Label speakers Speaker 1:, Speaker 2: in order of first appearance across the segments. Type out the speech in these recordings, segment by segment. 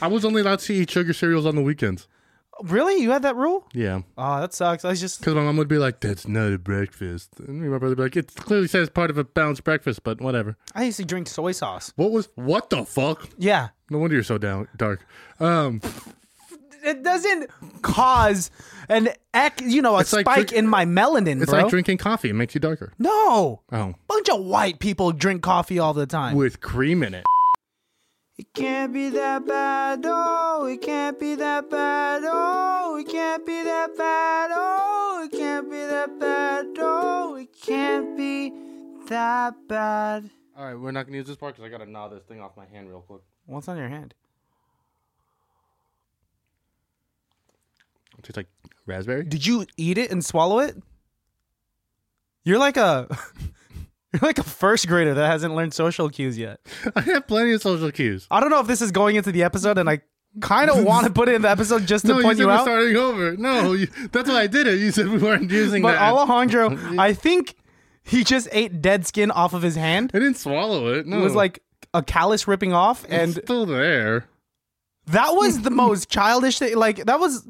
Speaker 1: I was only allowed to eat sugar cereals on the weekends.
Speaker 2: Really? You had that rule?
Speaker 1: Yeah.
Speaker 2: Oh, that sucks. I was just
Speaker 1: Because my mom would be like, that's not a breakfast. And my brother would be like, it clearly says part of a balanced breakfast, but whatever.
Speaker 2: I used to drink soy sauce.
Speaker 1: What was, what the fuck?
Speaker 2: Yeah.
Speaker 1: No wonder you're so down, dark. Um,
Speaker 2: It doesn't cause an ec- you know, a
Speaker 1: It's like
Speaker 2: spike
Speaker 1: drink-
Speaker 2: in my melanin,
Speaker 1: it's
Speaker 2: bro.
Speaker 1: like drinking coffee. It makes you darker.
Speaker 2: no.
Speaker 1: Oh,
Speaker 2: Bunch of white people drink coffee all the time.
Speaker 1: with cream in it.
Speaker 2: It can't be that bad, oh, it can't be that bad, oh, it can't be that bad, oh, it can't be that bad, oh, it can't be that bad.
Speaker 1: All right, we're not going to use this part because I got to gnaw this thing off my hand real quick.
Speaker 2: What's on your hand?
Speaker 1: It tastes like raspberry.
Speaker 2: Did you eat it and swallow it? You're like a you're like a first grader that hasn't learned social cues yet.
Speaker 1: I have plenty of social cues.
Speaker 2: I don't know if this is going into the episode and I kind of want to put it in the episode just to
Speaker 1: No, you
Speaker 2: point
Speaker 1: said
Speaker 2: you
Speaker 1: we're
Speaker 2: out.
Speaker 1: starting over. No, you, that's why I did it. You said we weren't using
Speaker 2: But
Speaker 1: that.
Speaker 2: Alejandro, I think he just ate dead skin off of his hand.
Speaker 1: I didn't swallow it. No.
Speaker 2: It was like a callus ripping off,
Speaker 1: it's
Speaker 2: and
Speaker 1: still there.
Speaker 2: that was the most childish thing. Like that was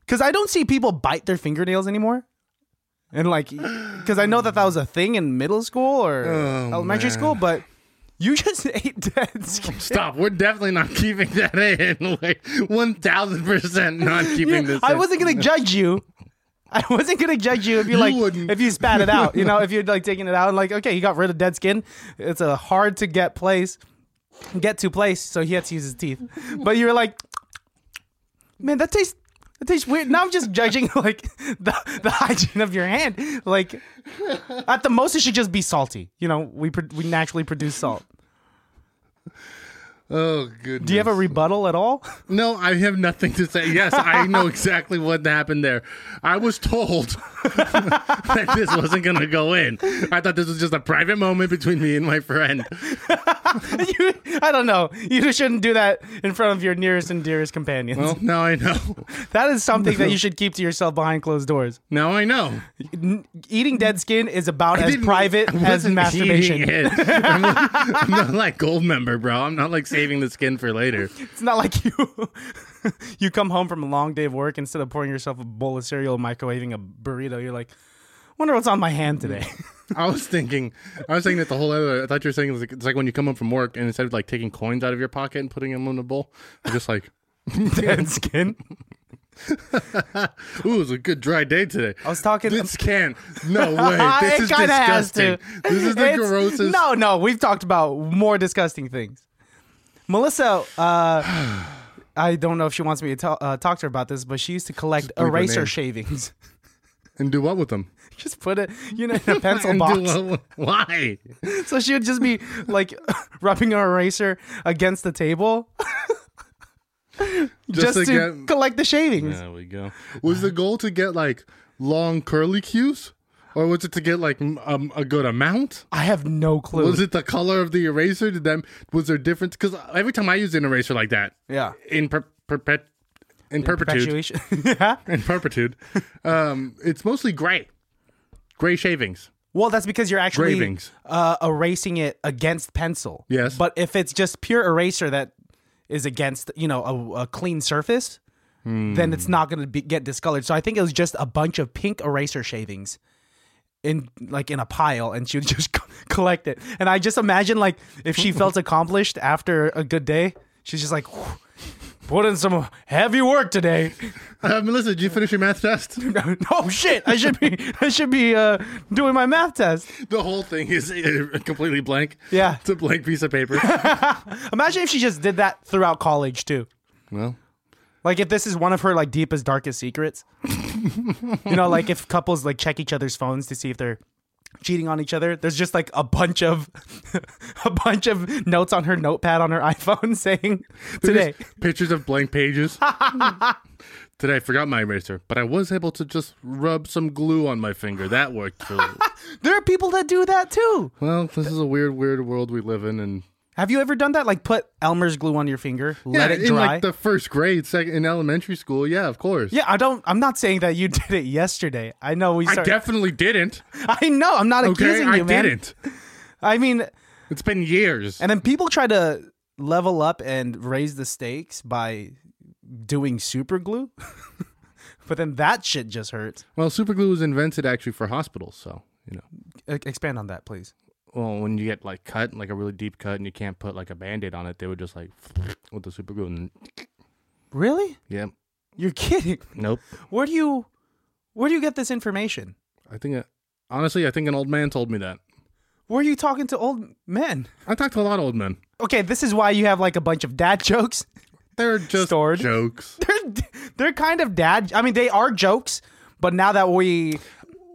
Speaker 2: because I don't see people bite their fingernails anymore, and like because I know that that was a thing in middle school or
Speaker 1: Oh,
Speaker 2: elementary
Speaker 1: man. Oh,
Speaker 2: school, but you just ate dead skin.
Speaker 1: Stop. We're definitely not keeping that in. Like 1000% not keeping this
Speaker 2: I
Speaker 1: in.
Speaker 2: wasn't gonna judge you. I wasn't gonna judge you if you, like
Speaker 1: wouldn't.
Speaker 2: if you spat it out. You know, if you're like taking it out and like, okay, he got rid of dead skin. It's a hard to get place, get to place. So he had to use his teeth. But you were like, man, that tastes. That tastes weird. Now I'm just judging like the, the hygiene of your hand. Like at the most, it should just be salty. You know, we pro- we naturally produce salt.
Speaker 1: Oh, goodness.
Speaker 2: Do you have a rebuttal at all?
Speaker 1: No, I have nothing to say. Yes, I know exactly what happened there. I was told that this wasn't going to go in. I thought this was just a private moment between me and my friend.
Speaker 2: you, I don't know. You just shouldn't do that in front of your nearest and dearest companions.
Speaker 1: Well, now I know.
Speaker 2: that is something that you should keep to yourself behind closed doors.
Speaker 1: Now I know.
Speaker 2: N- eating dead skin is about as
Speaker 1: didn't-
Speaker 2: private
Speaker 1: I wasn't
Speaker 2: as
Speaker 1: eating
Speaker 2: masturbation.
Speaker 1: it. I'm, I'm not like gold member, bro. I'm not like saving the skin for later.
Speaker 2: It's not like you you come home from a long day of work instead of pouring yourself a bowl of cereal and microwaving a burrito. You're like, wonder what's on my hand today.
Speaker 1: I was thinking, I was thinking that the whole other. I thought you were saying it was like, it's like when you come home from work and instead of like taking coins out of your pocket and putting them in a bowl, you're just like,
Speaker 2: dead skin.
Speaker 1: "Ooh, it was a good dry day today."
Speaker 2: I was talking.
Speaker 1: This can no way. This
Speaker 2: it
Speaker 1: is
Speaker 2: kinda has to.
Speaker 1: disgusting. This is the
Speaker 2: It's-
Speaker 1: grossest.
Speaker 2: No, no, we've talked about more disgusting things. Melissa, uh, I don't know if she wants me to tell, uh, talk to her about this, but she used to collect
Speaker 1: bleep her
Speaker 2: eraser
Speaker 1: name.
Speaker 2: shavings.
Speaker 1: And do what with them?
Speaker 2: just put it, you know, in a pencil
Speaker 1: And do
Speaker 2: box.
Speaker 1: what with- why?
Speaker 2: So she would just be like rubbing her eraser against the table just,
Speaker 1: to
Speaker 2: to,
Speaker 1: get-
Speaker 2: collect the shavings.
Speaker 1: There we go. Was the goal to get like long curly cues, or was it to get like m- um, a good amount?
Speaker 2: I have no clue.
Speaker 1: Was it the color of the eraser? Did them was there difference? Because every time I used an eraser like that,
Speaker 2: Yeah.
Speaker 1: in per, perpet, in, perpetuity,
Speaker 2: Perpetuation. yeah.
Speaker 1: in perpetuity, um, it's mostly gray, gray shavings.
Speaker 2: Well, that's because you're actually
Speaker 1: Gravings.
Speaker 2: uh, erasing it against pencil.
Speaker 1: Yes.
Speaker 2: But if it's just pure eraser that is against, you know, a, a clean surface,
Speaker 1: Hmm.
Speaker 2: then it's not going to be, get discolored. So I think it was just a bunch of pink eraser shavings in like in a pile and she would just co- collect it. And I just imagine like if she felt accomplished after a good day, she's just like "Whew, put in some heavy work today.
Speaker 1: Uh, Melissa, did you finish your math test?
Speaker 2: no shit, I should be I should be uh, doing my math test.
Speaker 1: The whole thing is uh, completely blank.
Speaker 2: Yeah.
Speaker 1: It's a blank piece of paper.
Speaker 2: Imagine if she just did that throughout college too.
Speaker 1: well,
Speaker 2: Like if this is one of her like deepest darkest secrets. you know, like if couples like check each other's phones to see if they're cheating on each other. There's just like a bunch of a bunch of notes on her notepad on her iPhone saying today.
Speaker 1: Just pictures of blank pages. Today I forgot my eraser, but I was able to just rub some glue on my finger. That worked for me.
Speaker 2: There are people that do that too.
Speaker 1: Well, this is a weird, weird world we live in and
Speaker 2: Have you ever done that? Like put Elmer's glue on your finger, let
Speaker 1: Yeah,
Speaker 2: it
Speaker 1: in
Speaker 2: dry.
Speaker 1: like the first grade, second in elementary school, yeah, of course.
Speaker 2: yeah, I don't I'm not saying that you did it yesterday. I know we
Speaker 1: I
Speaker 2: started,
Speaker 1: definitely didn't.
Speaker 2: I know, I'm not
Speaker 1: Okay,
Speaker 2: accusing you,
Speaker 1: I
Speaker 2: man.
Speaker 1: didn't.
Speaker 2: I mean
Speaker 1: It's been years.
Speaker 2: And then people try to level up and raise the stakes by doing super glue, but then that shit just hurts.
Speaker 1: Well, super glue was invented actually for hospitals, so you know.
Speaker 2: E- expand on that, please.
Speaker 1: Well, when you get like cut, like a really deep cut, and you can't put like a band-aid on it, they would just like with the super glue. And
Speaker 2: Really?
Speaker 1: yeah,
Speaker 2: You're kidding?
Speaker 1: nope.
Speaker 2: Where do you, where do you get this information?
Speaker 1: I think uh honestly, I think an old man told me that.
Speaker 2: Where are you talking to old men?
Speaker 1: I talked to a lot of old men.
Speaker 2: Okay, this is why you have like a bunch of dad jokes.
Speaker 1: They're just
Speaker 2: Stored.
Speaker 1: jokes.
Speaker 2: They're they're kind of dad. I mean, they are jokes, but now that we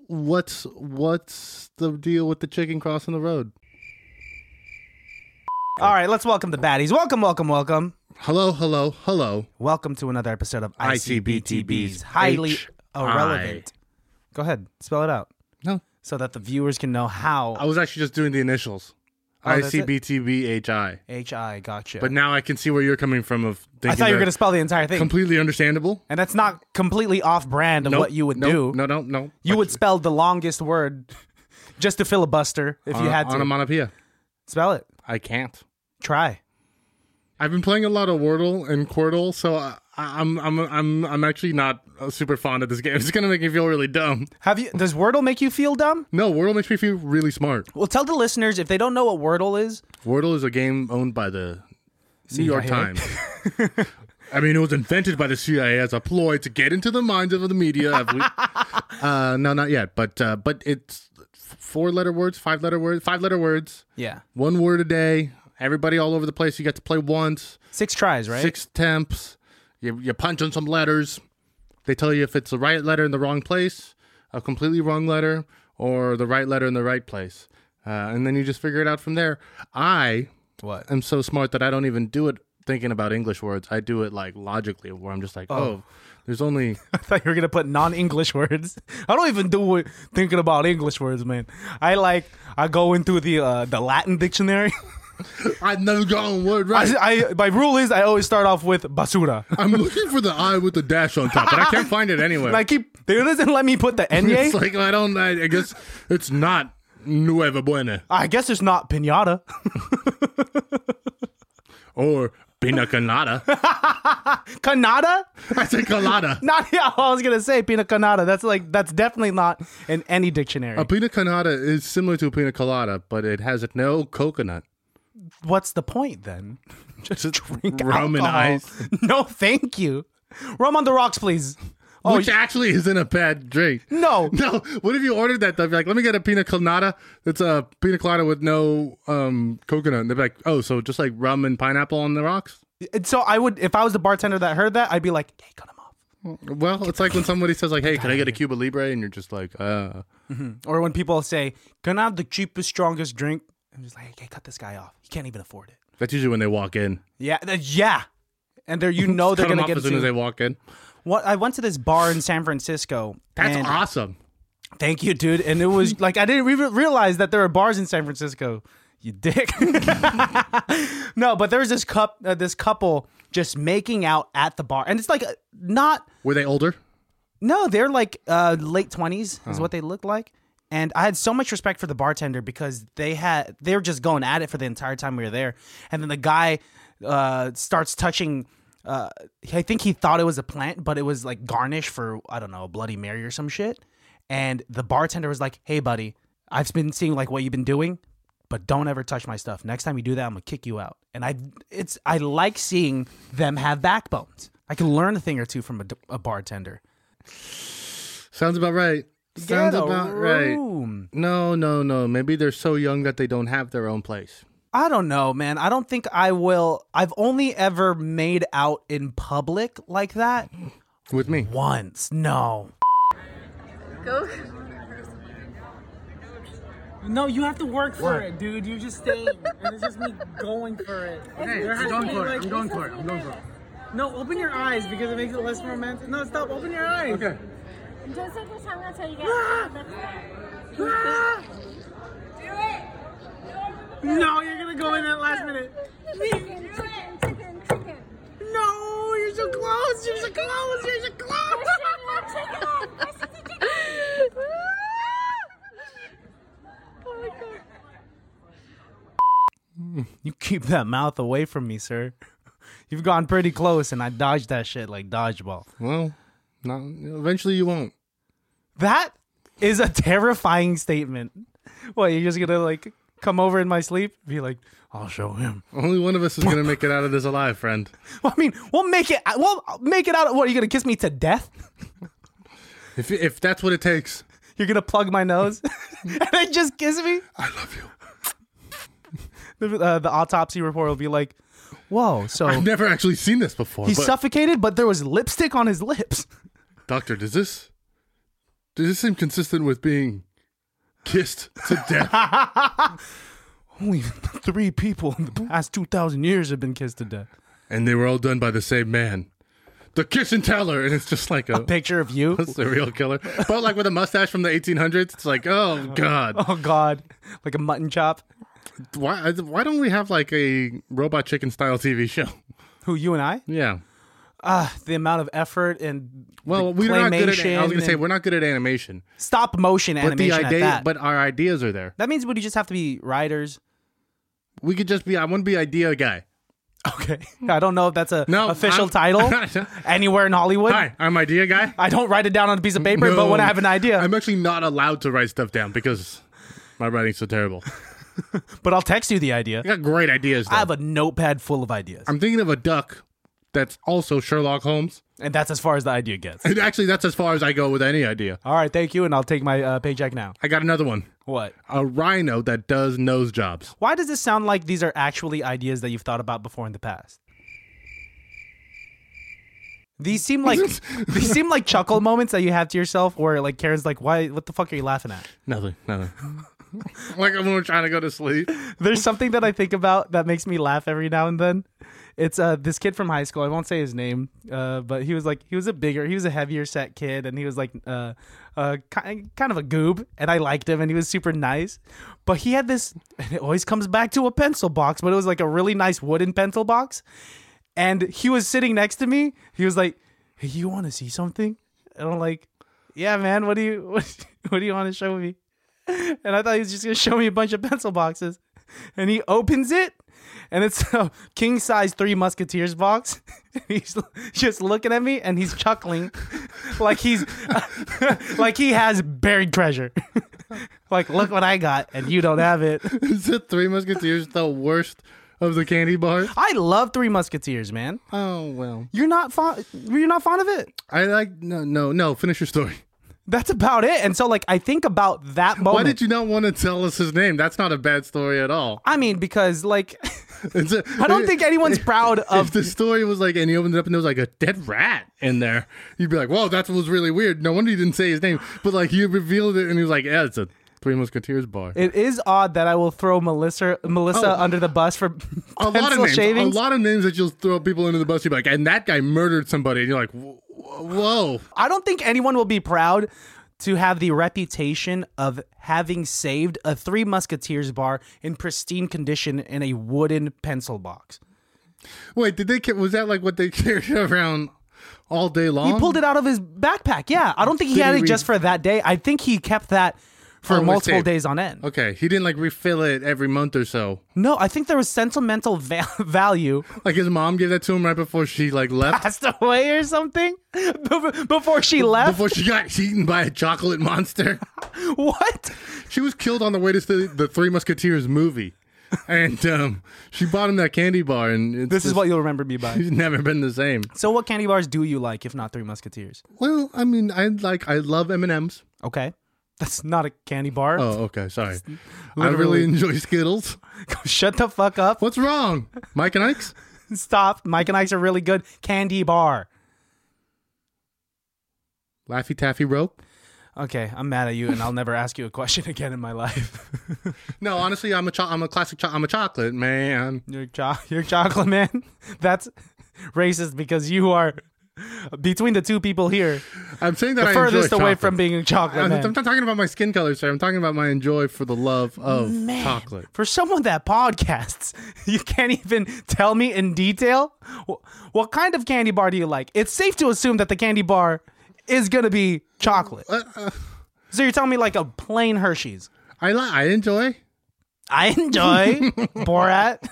Speaker 1: What's what's the deal with the chicken crossing the road?
Speaker 2: all right, let's welcome the baddies. Welcome, welcome, welcome,
Speaker 1: Hello, hello, hello.
Speaker 2: welcome to another episode of
Speaker 1: ICBTB's
Speaker 2: ICBTB's highly
Speaker 1: H I.
Speaker 2: irrelevant. Go ahead, spell it out
Speaker 1: No, Oh.
Speaker 2: so that the viewers can know
Speaker 1: I
Speaker 2: how.
Speaker 1: was actually just doing the initials. I
Speaker 2: Oh, that's
Speaker 1: C
Speaker 2: it?
Speaker 1: B T B H I.
Speaker 2: H I gotcha.
Speaker 1: But now I can see where you're coming from. Of
Speaker 2: I thought you were
Speaker 1: that
Speaker 2: gonna spell the entire thing,
Speaker 1: completely understandable.
Speaker 2: and that's not completely off brand of
Speaker 1: Nope,
Speaker 2: what you would
Speaker 1: nope,
Speaker 2: do.
Speaker 1: No, no, no.
Speaker 2: You would spell the longest word just to filibuster if you had to
Speaker 1: Uh, onomatopoeia.
Speaker 2: spell it.
Speaker 1: I can't.
Speaker 2: Try.
Speaker 1: I've been playing a lot of Wordle and Quirtle, so I, I'm I'm I'm I'm actually not uh, super fond of this game. It's gonna make me feel really dumb.
Speaker 2: Have you? Does Wordle make you feel dumb?
Speaker 1: No, Wordle makes me feel really smart.
Speaker 2: Well, tell the listeners if they don't know what Wordle is.
Speaker 1: Wordle is a game owned by the New York
Speaker 2: CIA.
Speaker 1: Times. I mean, it was invented by the CIA as a ploy to get into the minds of the media. Have we- uh, no, not yet, but uh, but it's four letter words, five letter words, five letter words,
Speaker 2: Yeah,
Speaker 1: one word a day. Everybody all over the place. You get to play once.
Speaker 2: six tries, right?
Speaker 1: six temps. You, you punch on some letters. They tell you if it's the right letter in the wrong place, a completely wrong letter, or the right letter in the right place. Uh, and then you just figure it out from there. I
Speaker 2: What?
Speaker 1: am so smart that I don't even do it thinking about English words. I do it like logically, where I'm just like, oh, there's only.
Speaker 2: I thought you were gonna put non-English words. I don't even do it thinking about English words, man. I like I go into the uh, the Latin dictionary.
Speaker 1: I've never gotten word right.
Speaker 2: I, I my rule is I always start off with basura.
Speaker 1: I'm looking for the I with the dash on top, but I can't find it anywhere.
Speaker 2: And I keep they doesn't let me put the
Speaker 1: it's
Speaker 2: enye.
Speaker 1: like, I don't. I, I guess it's not Nueva Buena
Speaker 2: I guess it's not pinata.
Speaker 1: or Pina Colada.
Speaker 2: Canada?
Speaker 1: I say Colada.
Speaker 2: Not yeah, I was gonna say pina canada. That's like that's definitely not in any dictionary.
Speaker 1: A pina colada is similar to a pina colada, but it has no coconut.
Speaker 2: What's the point then? Just drink
Speaker 1: rum and
Speaker 2: alcohol.
Speaker 1: ice.
Speaker 2: No, thank you. Rum on the rocks, please. Oh
Speaker 1: which
Speaker 2: y-
Speaker 1: actually isn't a bad drink.
Speaker 2: no,
Speaker 1: No, what if you ordered that though? You're like, let me get a pina colada. That's a pina colada with no um, coconut. And they're like, oh, so just like rum and pineapple on the rocks?
Speaker 2: And so I would, if I was the bartender that heard that, I'd be like, "Hey, cut him off."
Speaker 1: Well, it's like when somebody says like, hey, can I get a Cuba Libre? And you're just like, uh,
Speaker 2: Or when people say, "Can I have the cheapest, strongest drink?" I'm just like, "Hey, cut this guy off. He can't even afford it."
Speaker 1: that's usually when they walk in.
Speaker 2: Yeah, th- yeah. And they're, you know, they're
Speaker 1: Cut them
Speaker 2: gonna
Speaker 1: off
Speaker 2: get
Speaker 1: as soon as
Speaker 2: into-
Speaker 1: they walk in.
Speaker 2: what I went to this bar in San Francisco.
Speaker 1: That's
Speaker 2: and-
Speaker 1: awesome.
Speaker 2: Thank you, dude. And it was like I didn't re- realize that there were bars in San Francisco. You dick. no, but there was this cup, uh, this couple just making out at the bar, and it's like uh, not.
Speaker 1: Were they older?
Speaker 2: No, they're like uh, late twenties is what they look like. And I had so much respect for the bartender because they had they were just going at it for the entire time we were there. And then the guy uh, starts touching. Uh, I think he thought it was a plant, but it was like garnish for I don't know a Bloody Mary or some shit. And the bartender was like, "Hey, buddy, I've been seeing like what you've been doing, but don't ever touch my stuff. Next time you do that, I'm gonna kick you out." And I it's I like seeing them have backbones. I can learn a thing or two from a, d- a bartender.
Speaker 1: Sounds about right. Sounds
Speaker 2: Get a
Speaker 1: about right.
Speaker 2: room.
Speaker 1: No, no, no. Maybe they're so young that they don't have their own place.
Speaker 2: I don't know, man. I don't think I will. I've only ever made out in public like that
Speaker 1: With me.
Speaker 2: once. No.
Speaker 3: Go.
Speaker 4: No, you have to work for it, dude. You're just staying. and it's just me going for it.
Speaker 3: Hey,
Speaker 4: There
Speaker 3: I'm
Speaker 4: has to
Speaker 3: going
Speaker 4: be,
Speaker 3: for it.
Speaker 4: like-
Speaker 3: I'm going for it. I'm going for it.
Speaker 4: No, open your eyes because it makes it less romantic. No, stop. Open your eyes. Okay.
Speaker 5: Just take your time until you get out. That's it.
Speaker 4: No, you're gonna go in at last minute.
Speaker 5: Chicken, chicken, chicken, chicken.
Speaker 4: No, you're so close. You're so close. You're so close.
Speaker 5: oh my god.
Speaker 2: You Keep that mouth away from me, sir. You've gone pretty close, and I dodged that shit like dodgeball.
Speaker 1: Well, not, eventually you won't.
Speaker 2: That is a terrifying statement. What, you're just gonna like come over in my sleep? Be like, I'll show him.
Speaker 1: Only one of us is gonna make it out of this alive, friend.
Speaker 2: Well, I mean, we'll make it. We'll make it out. What are you gonna kiss me to death?
Speaker 1: If if that's what it takes,
Speaker 2: You're gonna plug my nose and then just kiss me?
Speaker 1: I love you.
Speaker 2: The, uh, the autopsy report will be like, "Whoa, so
Speaker 1: I've never actually seen this before.
Speaker 2: he
Speaker 1: but-
Speaker 2: suffocated, but there was lipstick on his lips."
Speaker 1: Doctor, does this does this seem consistent with being kissed to death?
Speaker 2: Only three people in the past two thousand years have been kissed to death.
Speaker 1: and they were all done by the same man, the kiss and teller, and it's just like a,
Speaker 2: Picture of you.
Speaker 1: a serial killer, but like with a mustache from the 1800s. It's like, oh god,
Speaker 2: Oh God, like a mutton chop.
Speaker 1: why why don't we have like a robot chicken style TV show?
Speaker 2: Who you and I?
Speaker 1: Yeah.
Speaker 2: Ah, the amount of effort and
Speaker 1: Well, we're not good at. I was
Speaker 2: Claymation
Speaker 1: gonna say
Speaker 2: and-
Speaker 1: we're not good at animation,
Speaker 2: stop motion
Speaker 1: but the
Speaker 2: animation
Speaker 1: idea,
Speaker 2: at that.
Speaker 1: but our ideas are there.
Speaker 2: that means would you just have to be writers?
Speaker 1: We could just be. I want to be idea guy.
Speaker 2: Okay, I don't know if that's a
Speaker 1: No,
Speaker 2: official
Speaker 1: I'm-
Speaker 2: title anywhere in Hollywood.
Speaker 1: Hi, I'm idea guy.
Speaker 2: I don't write it down on a piece of paper, but when I have an idea,
Speaker 1: I'm actually not allowed to write stuff down because my writing's so terrible.
Speaker 2: but I'll text you the idea.
Speaker 1: I got great ideas. Though.
Speaker 2: I have a notepad full of ideas,
Speaker 1: I'm thinking of a duck that's also Sherlock Holmes.
Speaker 2: and that's as far as the idea gets.
Speaker 1: And actually, that's as far as I go with any idea.
Speaker 2: All right, thank you, and I'll take my uh, paycheck now.
Speaker 1: I got another one.
Speaker 2: What?
Speaker 1: A rhino that does nose jobs.
Speaker 2: Why does this sound like these are actually ideas that you've thought about before in the past? These seem like these seem like chuckle moments that you have to yourself, where like Karen's like, "Why? What the fuck are you laughing at?"
Speaker 1: Nothing. Nothing. like when we're trying to go to sleep.
Speaker 2: There's something that I think about that makes me laugh every now and then. It's uh this kid from high school. I won't say his name, uh, but he was like he was a bigger, he was a heavier set kid, and he was like uh, uh kind kind of a goob, and I liked him, and he was super nice. But he had this. And it always comes back to a pencil box, but it was like a really nice wooden pencil box, and he was sitting next to me. He was like, "Hey, you want to see something?" And I'm like, "Yeah, man. What do you what, what do you want to show me?" and I thought he was just gonna show me a bunch of pencil boxes. And he opens it, and it's a king size Three Musketeers box. And he's l- just looking at me, and he's chuckling, like he's like he has buried treasure. like, look what I got, and you don't have it.
Speaker 1: Is it Three Musketeers the worst of the candy bars?
Speaker 2: I love Three Musketeers, man.
Speaker 1: Oh, well.
Speaker 2: You're not fond. You're not fond of it.
Speaker 1: I like. No, no, no. Finish your story.
Speaker 2: That's about it. And so, like, I think about that moment.
Speaker 1: Why did you not want to tell us his name? That's not a bad story at all.
Speaker 2: I mean, because like,
Speaker 1: It's a-
Speaker 2: I don't think anyone's proud
Speaker 1: if
Speaker 2: of
Speaker 1: the story was like, and he opened it up and there was like a dead rat in there, you'd be like, "Whoa, that was really weird." No wonder he didn't say his name. But like, he revealed it, and he was like, "Yeah, it's a Three Musketeers bar."
Speaker 2: It is odd that I will throw Melissa Melissa
Speaker 1: Oh.
Speaker 2: under the bus for
Speaker 1: a lot of
Speaker 2: pencil
Speaker 1: names,
Speaker 2: shavings.
Speaker 1: a lot of names that you'll throw people into the bus. You're like, "And that guy murdered somebody," and you're like, "Wh- "Whoa!"
Speaker 2: I don't think anyone will be proud to have the reputation of having saved a Three Musketeers bar in pristine condition in a wooden pencil box.
Speaker 1: Wait, did they? ca- Was that like what they carried around all day long?
Speaker 2: He pulled it out of his backpack. Yeah, I don't think he
Speaker 1: Did
Speaker 2: had
Speaker 1: he
Speaker 2: it just
Speaker 1: re-
Speaker 2: for that day. I think he kept that for
Speaker 1: Oh, it was
Speaker 2: multiple
Speaker 1: saved.
Speaker 2: days on end.
Speaker 1: Okay, he didn't like refill it every month or so.
Speaker 2: No, I think there was sentimental va- value
Speaker 1: Like his mom gave that to him right before she like left.
Speaker 2: passed away or something Bef- before she left.
Speaker 1: Before she got eaten by a chocolate monster.
Speaker 2: what?
Speaker 1: She was killed on the way to see the Three Musketeers movie, and um, she bought him that candy bar. And it's
Speaker 2: This is
Speaker 1: just-
Speaker 2: what you'll remember me by.
Speaker 1: she's never been the same.
Speaker 2: So, what candy bars do you like if not Three Musketeers?
Speaker 1: Well, I mean, I like I love M and M's.
Speaker 2: Okay, that's not a candy bar.
Speaker 1: Oh, okay, sorry. I
Speaker 2: Literally.
Speaker 1: really enjoy Skittles.
Speaker 2: Shut the fuck up!
Speaker 1: What's wrong, Mike and Ike's?
Speaker 2: Stop. Mike and Ike's are really good candy bar.
Speaker 1: Laffy Taffy rope.
Speaker 2: Okay, I'm mad at you, and I'll never ask you a question again in my life.
Speaker 1: No, honestly, I'm a cho- I'm a classic. Cho- I'm a chocolate man.
Speaker 2: you're cho- you're chocolate man. That's racist because you are between the two people here,
Speaker 1: I'm saying that
Speaker 2: the
Speaker 1: I enjoy
Speaker 2: furthest away
Speaker 1: chocolate.
Speaker 2: from being a chocolate
Speaker 1: I'm,
Speaker 2: man.
Speaker 1: I'm not talking about my skin color, sir. I'm talking about my enjoy for the love of chocolate.
Speaker 2: for someone that podcasts, you can't even tell me in detail wh- what kind of candy bar do you like. It's safe to assume that the candy bar is gonna be chocolate.
Speaker 1: Uh,
Speaker 2: so you're telling me like a plain Hershey's.
Speaker 1: I li- I enjoy.
Speaker 2: I enjoy Borat.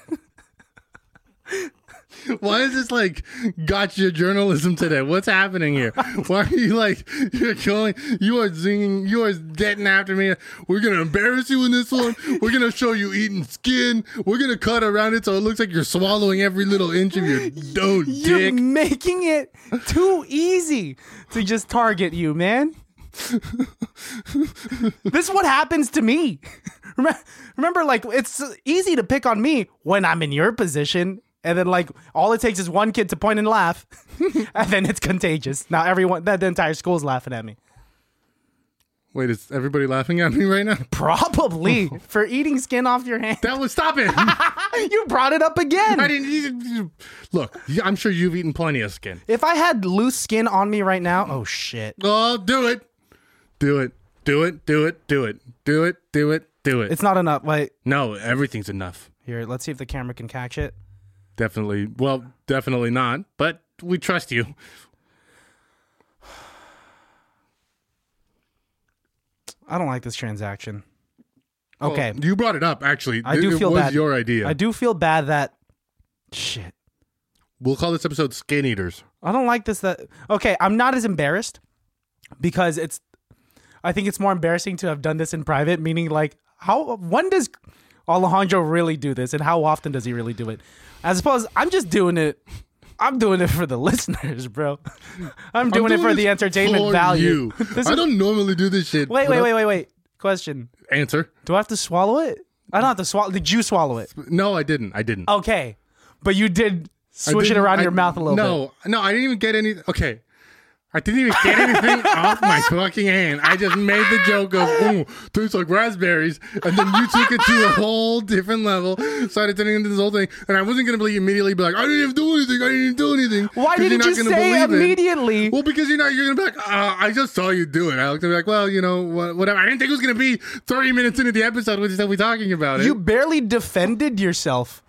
Speaker 1: Why is this like gotcha journalism today? What's happening here? Why are you like you're killing? You are zinging. You are getting after me. We're gonna embarrass you in this one. We're gonna show you eating skin. We're gonna cut around it so it looks like you're swallowing every little inch of your dough,
Speaker 2: You're
Speaker 1: dick.
Speaker 2: making it too easy to just target you, man. this is what happens to me. Remem- Remember, like, it's easy to pick on me when I'm in your position. And then, like, all it takes is one kid to point and laugh. and then it's contagious. Now, everyone, that the entire school's laughing at me.
Speaker 1: Wait, is everybody laughing at me right now?
Speaker 2: Probably for eating skin off your hand.
Speaker 1: That was stop it.
Speaker 2: You brought it up again.
Speaker 1: I didn't. you- you- Look, you- I'm sure you've eaten plenty of skin.
Speaker 2: If I had loose skin on me right now, oh shit.
Speaker 1: Oh, do it, do it, do it, do it, do it, do it, do it, do it.
Speaker 2: It's not enough. Wait,
Speaker 1: no, everything's enough.
Speaker 2: here, let's see if the camera can catch it.
Speaker 1: Definitely. Well, definitely not. But we trust you.
Speaker 2: I don't like this transaction. Okay.
Speaker 1: You brought it up, actually.
Speaker 2: I
Speaker 1: it,
Speaker 2: do feel
Speaker 1: was
Speaker 2: bad.
Speaker 1: your idea.
Speaker 2: I do feel bad that shit.
Speaker 1: We'll call this episode Skin Eaters.
Speaker 2: I don't like this that Okay, I'm not as embarrassed because it's I think it's more embarrassing to have done this in private, meaning like how when does Alejandro really do this and how often does he really do it? As opposed I'm just doing it I'm doing it for the listeners, bro. I'm doing, it
Speaker 1: doing
Speaker 2: for
Speaker 1: this
Speaker 2: the entertainment
Speaker 1: for
Speaker 2: value.
Speaker 1: you.
Speaker 2: This
Speaker 1: I
Speaker 2: is-
Speaker 1: don't normally do this shit.
Speaker 2: wait,
Speaker 1: but
Speaker 2: wait,
Speaker 1: I-
Speaker 2: wait, wait, wait. Question.
Speaker 1: Answer.
Speaker 2: Do I have to swallow it? I don't have to swallow. Did you swallow it?
Speaker 1: No, I didn't. I didn't.
Speaker 2: Okay, but you did
Speaker 1: I
Speaker 2: swish it
Speaker 1: didn't-
Speaker 2: around
Speaker 1: I-
Speaker 2: your mouth a little bit.
Speaker 1: no, No, I didn't even get any. Okay. I didn't even get anything off my fucking hand. I just made the joke of, ooh, tastes like raspberries. And then you took it to a whole different level. Started turning into this whole thing. And I wasn't going to believe immediately, be like, I didn't even do anything. I didn't even do anything.
Speaker 2: Why
Speaker 1: 'Cause you're
Speaker 2: didn't
Speaker 1: not
Speaker 2: you
Speaker 1: gonna
Speaker 2: say
Speaker 1: believe it.
Speaker 2: immediately?
Speaker 1: Well, because you're not, you're going to be like, uh, I just saw you do it. I was going to be like, well, you know, wha- whatever. I didn't think it was going to be 30 minutes into the episode when we talking about it.
Speaker 2: You barely defended yourself.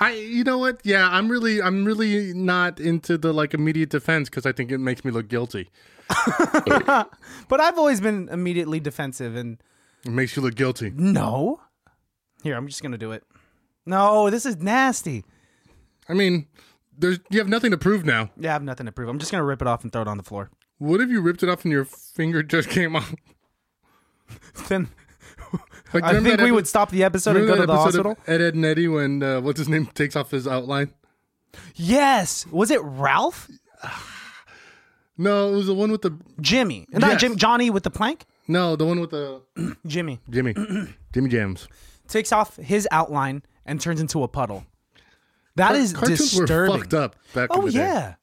Speaker 1: I, you know what? Yeah, I'm really, I'm really not into the like immediate defense because I think it makes me look guilty.
Speaker 2: But I've always been immediately defensive and
Speaker 1: It makes you look guilty.
Speaker 2: no. Here, I'm just gonna do it. No, this is nasty.
Speaker 1: I mean, there's you have nothing to prove now.
Speaker 2: Yeah, I have nothing to prove. I'm just gonna rip it off and throw it on the floor.
Speaker 1: What if you ripped it off and your finger just came off?
Speaker 2: Then
Speaker 1: Like,
Speaker 2: I
Speaker 1: remember
Speaker 2: think
Speaker 1: that
Speaker 2: we
Speaker 1: epi-
Speaker 2: would stop the episode and
Speaker 1: remember
Speaker 2: go to
Speaker 1: that
Speaker 2: the
Speaker 1: episode of
Speaker 2: hospital.
Speaker 1: Ed, Ed and Eddie when uh, what's his name takes off his outline.
Speaker 2: Yes, was it Ralph?
Speaker 1: No, it was the one with the
Speaker 2: Jimmy? Not
Speaker 1: Yes.
Speaker 2: Jim. Johnny with the plank.
Speaker 1: no, the one with the
Speaker 2: Jimmy
Speaker 1: Jimmy, Jimmy Jams.
Speaker 2: takes off his outline and turns into a puddle. That is
Speaker 1: Cartoons
Speaker 2: disturbing.
Speaker 1: were fucked up back in
Speaker 2: Oh
Speaker 1: the day.
Speaker 2: yeah,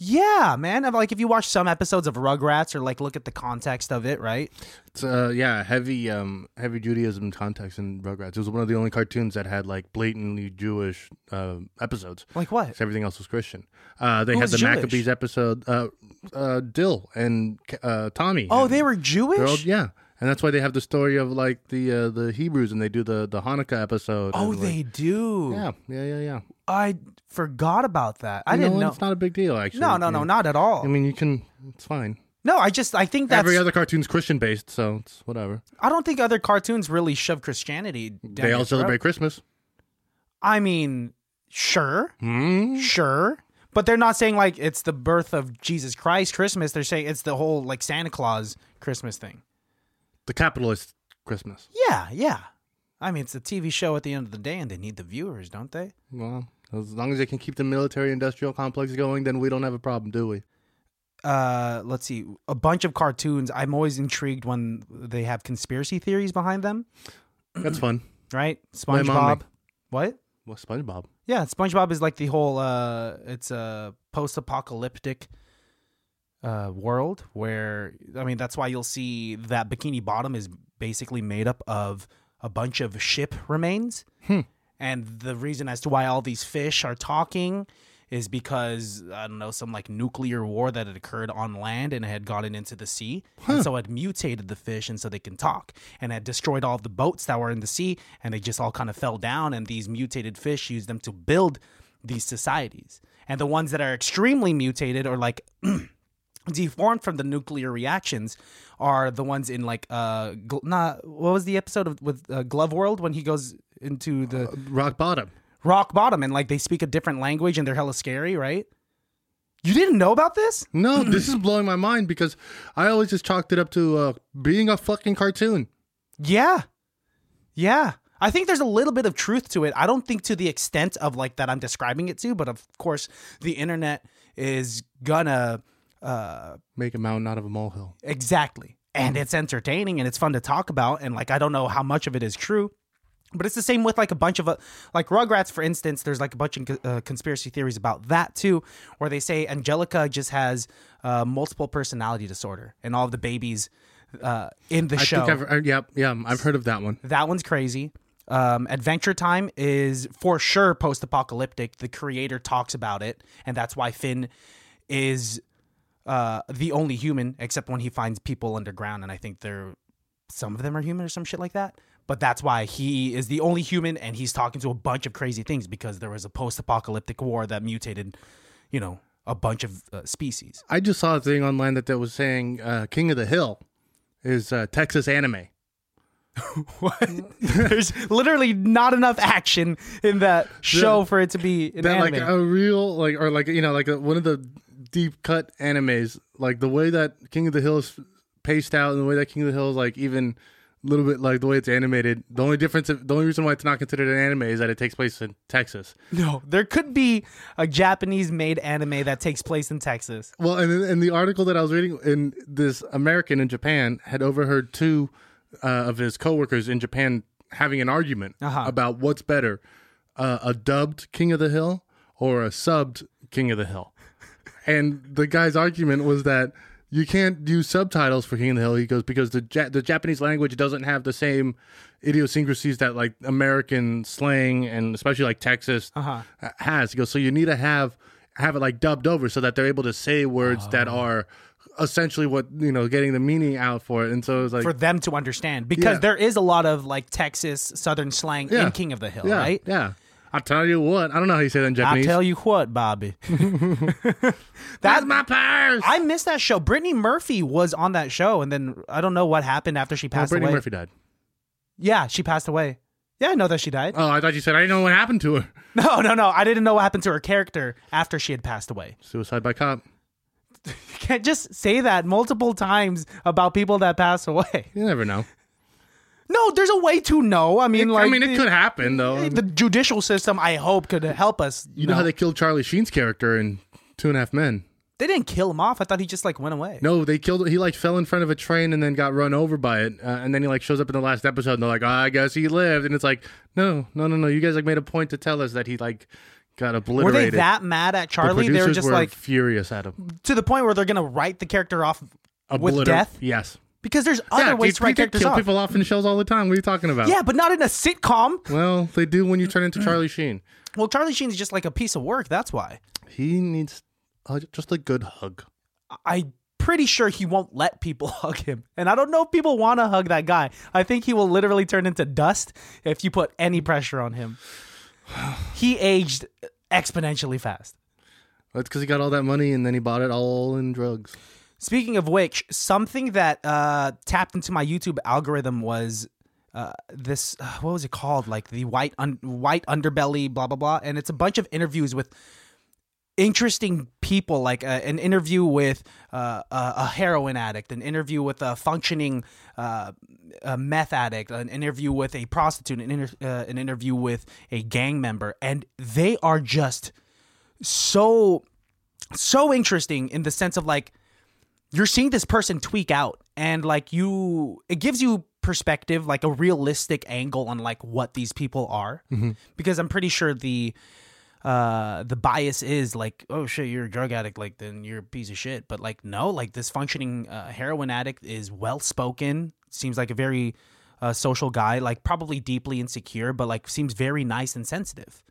Speaker 2: yeah, man. Of, Like if you watch some episodes of Rugrats or like look at the context of it, right?
Speaker 1: It's, uh, yeah, heavy, um, heavy Judaism context in Rugrats. It was one of the only cartoons that had like blatantly Jewish uh, episodes.
Speaker 2: Like what?
Speaker 1: 'Cause everything else was Christian. Uh, they had
Speaker 2: was
Speaker 1: the
Speaker 2: Jewish?
Speaker 1: Maccabees episode, uh, uh, Dill and uh, Tommy.
Speaker 2: Oh,
Speaker 1: and
Speaker 2: they were
Speaker 1: they're all-
Speaker 2: Jewish.
Speaker 1: yeah, and that's why they have the story of like the uh, the Hebrews and they do the the Hanukkah episode.
Speaker 2: Oh,
Speaker 1: and,
Speaker 2: they
Speaker 1: like-
Speaker 2: do.
Speaker 1: yeah, yeah, yeah, yeah.
Speaker 2: I forgot about that. I
Speaker 1: You
Speaker 2: didn't
Speaker 1: what?
Speaker 2: know.
Speaker 1: It's not a big deal, actually.
Speaker 2: no, no, no,
Speaker 1: You-
Speaker 2: not at all.
Speaker 1: I mean, you can. It's fine.
Speaker 2: no, I just I think that's.
Speaker 1: Every other cartoon's Christian based, so it's whatever.
Speaker 2: I don't think other cartoons really shove Christianity. Down
Speaker 1: they
Speaker 2: your
Speaker 1: all
Speaker 2: throat.
Speaker 1: celebrate Christmas.
Speaker 2: I mean, sure,
Speaker 1: Mm-hmm.
Speaker 2: sure, but they're not saying like it's the birth of Jesus Christ Christmas. They're saying it's the whole like Santa Claus Christmas thing.
Speaker 1: The capitalist Christmas.
Speaker 2: Yeah, yeah. I mean, it's a TV show at the end of the day, and they need the viewers, don't they?
Speaker 1: Well, as long as they can keep the military industrial complex going, then we don't have a problem, do we?
Speaker 2: Uh, let's see. A bunch of cartoons. I'm always intrigued when they have conspiracy theories behind them,
Speaker 1: That's fun.
Speaker 2: right?
Speaker 1: My mommy.
Speaker 2: SpongeBob. What?
Speaker 1: Well, SpongeBob.
Speaker 2: Yeah, SpongeBob is like the whole. Uh, it's a post-apocalyptic uh world where I mean that's why you'll see that Bikini Bottom is basically made up of a bunch of ship remains. And the reason as to why all these fish are talking is because I don't know some like nuclear war that had occurred on land and it had gotten into the sea, and so it mutated the fish and so they can talk, and had destroyed all the boats that were in the sea, and they just all kind of fell down, and these mutated fish used them to build these societies, and the ones that are extremely mutated or like deformed from the nuclear reactions are the ones in like uh gl- not what was the episode of, with uh, Glove World when he goes into the
Speaker 1: Rock bottom.
Speaker 2: rock bottom and like they speak a different language and they're hella scary, right? You didn't know about this?
Speaker 1: No, this is blowing my mind because I always just chalked it up to uh, being a fucking cartoon.
Speaker 2: Yeah. Yeah. I think there's a little bit of truth to it. I don't think to the extent of like that I'm describing it to, but of course the internet is gonna uh
Speaker 1: Make a mountain out of a molehill.
Speaker 2: Exactly. And
Speaker 1: Mm.
Speaker 2: it's entertaining and it's fun to talk about. And like, I don't know how much of it is true, but it's the same with like a bunch of, uh, like Rugrats, for instance, there's like a bunch of uh, conspiracy theories about that too, where they say Angelica just has uh, multiple personality disorder and all of the babies uh, in the
Speaker 1: I
Speaker 2: show.
Speaker 1: think I've, uh, yep, yeah, I've heard of that one.
Speaker 2: That one's crazy. Um, Adventure Time is for sure post apocalyptic. The creator talks about it, and that's why Finn is uh, the only human, except when he finds people underground. And I think they're some of them are human or some shit like that. But that's why he is the only human, and he's talking to a bunch of crazy things because there was a post apocalyptic war that mutated, you know, a bunch of uh, species.
Speaker 1: I just saw a thing online that, that was saying uh, King of the Hill is uh, Texas anime.
Speaker 2: What? There's literally not enough action in that show for it to be an
Speaker 1: that
Speaker 2: anime.
Speaker 1: like a real like or like you know like a, one of the deep cut animes like the way that king of the hill is paced out and the way that king of the hill is like even a little bit like the way it's animated the only difference the only reason why it's not considered an anime is that it takes place in texas
Speaker 2: No, there could be a Japanese made anime that takes place in Texas.
Speaker 1: well and and the article that i was reading in this american in japan had overheard two uh, of his coworkers in japan having an argument about what's better uh, a dubbed king of the hill or a subbed king of the hill and the guy's argument was that you can't use subtitles for King of the Hill. He goes because the ja- the Japanese language doesn't have the same idiosyncrasies that like American slang and especially like Texas
Speaker 2: Uh-huh.
Speaker 1: uh has. He goes so you need to have have it like dubbed over so that they're able to say words that
Speaker 2: Ah.
Speaker 1: are essentially what you know getting the meaning out for it. And so it's like
Speaker 2: For them to understand, because
Speaker 1: Yeah.
Speaker 2: there is a lot of like Texas Southern slang
Speaker 1: Yeah.
Speaker 2: in King of the Hill,
Speaker 1: yeah,
Speaker 2: right?
Speaker 1: yeah. I tell you what, I don't know how you say that in Japanese.
Speaker 2: I tell you what, Bobby.
Speaker 1: That's
Speaker 2: that
Speaker 1: my purse.
Speaker 2: I missed that show. Brittany Murphy was on that show, and then I don't know what happened after she
Speaker 1: Oh,
Speaker 2: passed
Speaker 1: Brittany
Speaker 2: away.
Speaker 1: Murphy died.
Speaker 2: Yeah, she passed away. Yeah, I know that she died.
Speaker 1: Oh, I thought you said I didn't know what happened to her.
Speaker 2: no, no, no. I didn't know what happened to her character after she had passed away.
Speaker 1: Suicide by cop.
Speaker 2: You can't just say that multiple times about people that pass away.
Speaker 1: You never know.
Speaker 2: No, there's a way to know. I mean, like,
Speaker 1: I mean, it
Speaker 2: the-
Speaker 1: could happen though.
Speaker 2: The judicial system, I hope, could help us.
Speaker 1: Um, You know how they killed Charlie Sheen's character in Two and a Half Men?
Speaker 2: they didn't kill him off. I thought he just like went away.
Speaker 1: No, they killed. He like fell in front of a train and then got run over by it, uh, and then he like shows up in the last episode. and They're like, "I guess he lived," and it's like, "No, no, no, no! You guys like made a point to tell us that he like got
Speaker 2: were
Speaker 1: obliterated."
Speaker 2: they that mad at
Speaker 1: The
Speaker 2: Charlie? they were
Speaker 1: producers
Speaker 2: just like
Speaker 1: furious at him.
Speaker 2: to the point where they're gonna write the character off
Speaker 1: Obliter-
Speaker 2: with death
Speaker 1: Yes.
Speaker 2: because there's other
Speaker 1: yeah,
Speaker 2: ways
Speaker 1: dude,
Speaker 2: to write
Speaker 1: people
Speaker 2: characters
Speaker 1: kill
Speaker 2: off.
Speaker 1: people off in shows all the time. What are you talking about?
Speaker 2: Yeah, but not in a sitcom.
Speaker 1: Well, they do when you turn into Charlie Sheen.
Speaker 2: Well, Charlie Sheen's just like a piece of work. That's why
Speaker 1: He needs uh, just a good hug.
Speaker 2: I- I'm pretty sure he won't let people hug him, and I don't know if people want to hug that guy. I think he will literally turn into dust if you put any pressure on him. he aged exponentially fast.
Speaker 1: That's because he got all that money and then he bought it all in drugs.
Speaker 2: Speaking of which, something that uh, tapped into my YouTube algorithm was uh, this. Uh, what was it called? Like the white un- white underbelly, blah blah blah. And it's a bunch of interviews with interesting people, like uh, an interview with uh, a, a heroin addict, an interview with a functioning uh, a meth addict, an interview with a prostitute, an, inter- uh, an interview with a gang member, and they are just so so interesting in the sense of like you're seeing this person tweak out and like you it gives you perspective like a realistic angle on like what these people are because i'm pretty sure the uh the bias is like oh shit you're a drug addict like then you're a piece of shit but like no like this functioning uh, heroin addict is well spoken seems like a very uh, social guy like probably deeply insecure but like seems very nice and sensitive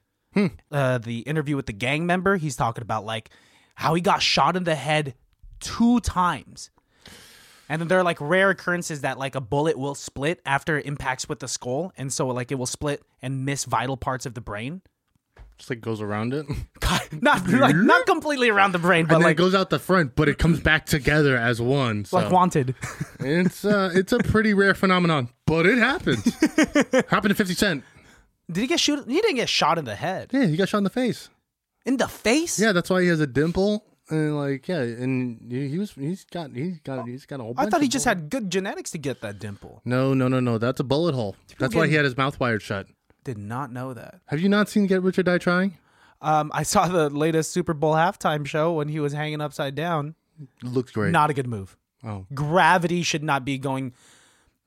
Speaker 2: uh, the interview with the gang member, he's talking about like how he got shot in the head two times. And then there are like rare occurrences that like a bullet will split after it impacts with the skull. And so like it will split and miss vital parts of the brain.
Speaker 1: Just like goes around it.
Speaker 2: not like not completely around the brain, but
Speaker 1: and then
Speaker 2: like
Speaker 1: it goes out the front, but it comes back together as one. So
Speaker 2: like wanted.
Speaker 1: it's uh, it's a pretty rare phenomenon, but it happens. happened to Fifty Cent.
Speaker 2: Did he get shoot? He didn't get shot in the head.
Speaker 1: Yeah, he got shot in the face.
Speaker 2: In the face?
Speaker 1: Yeah, that's why he has a dimple and like yeah, and he, he was he's got he's got he's got a whole.
Speaker 2: I
Speaker 1: bunch
Speaker 2: thought he
Speaker 1: of
Speaker 2: just
Speaker 1: bull-
Speaker 2: had good genetics to get that dimple.
Speaker 1: No, no, no, no. That's a bullet hole. That's why
Speaker 2: get-
Speaker 1: he had his mouth wired shut.
Speaker 2: Did not know that.
Speaker 1: Have you not seen Get Rich or Die Trying?
Speaker 2: Um, I saw the latest Super Bowl halftime show when he was hanging upside down.
Speaker 1: Looks great.
Speaker 2: Not a good move.
Speaker 1: Oh.
Speaker 2: Gravity should not be going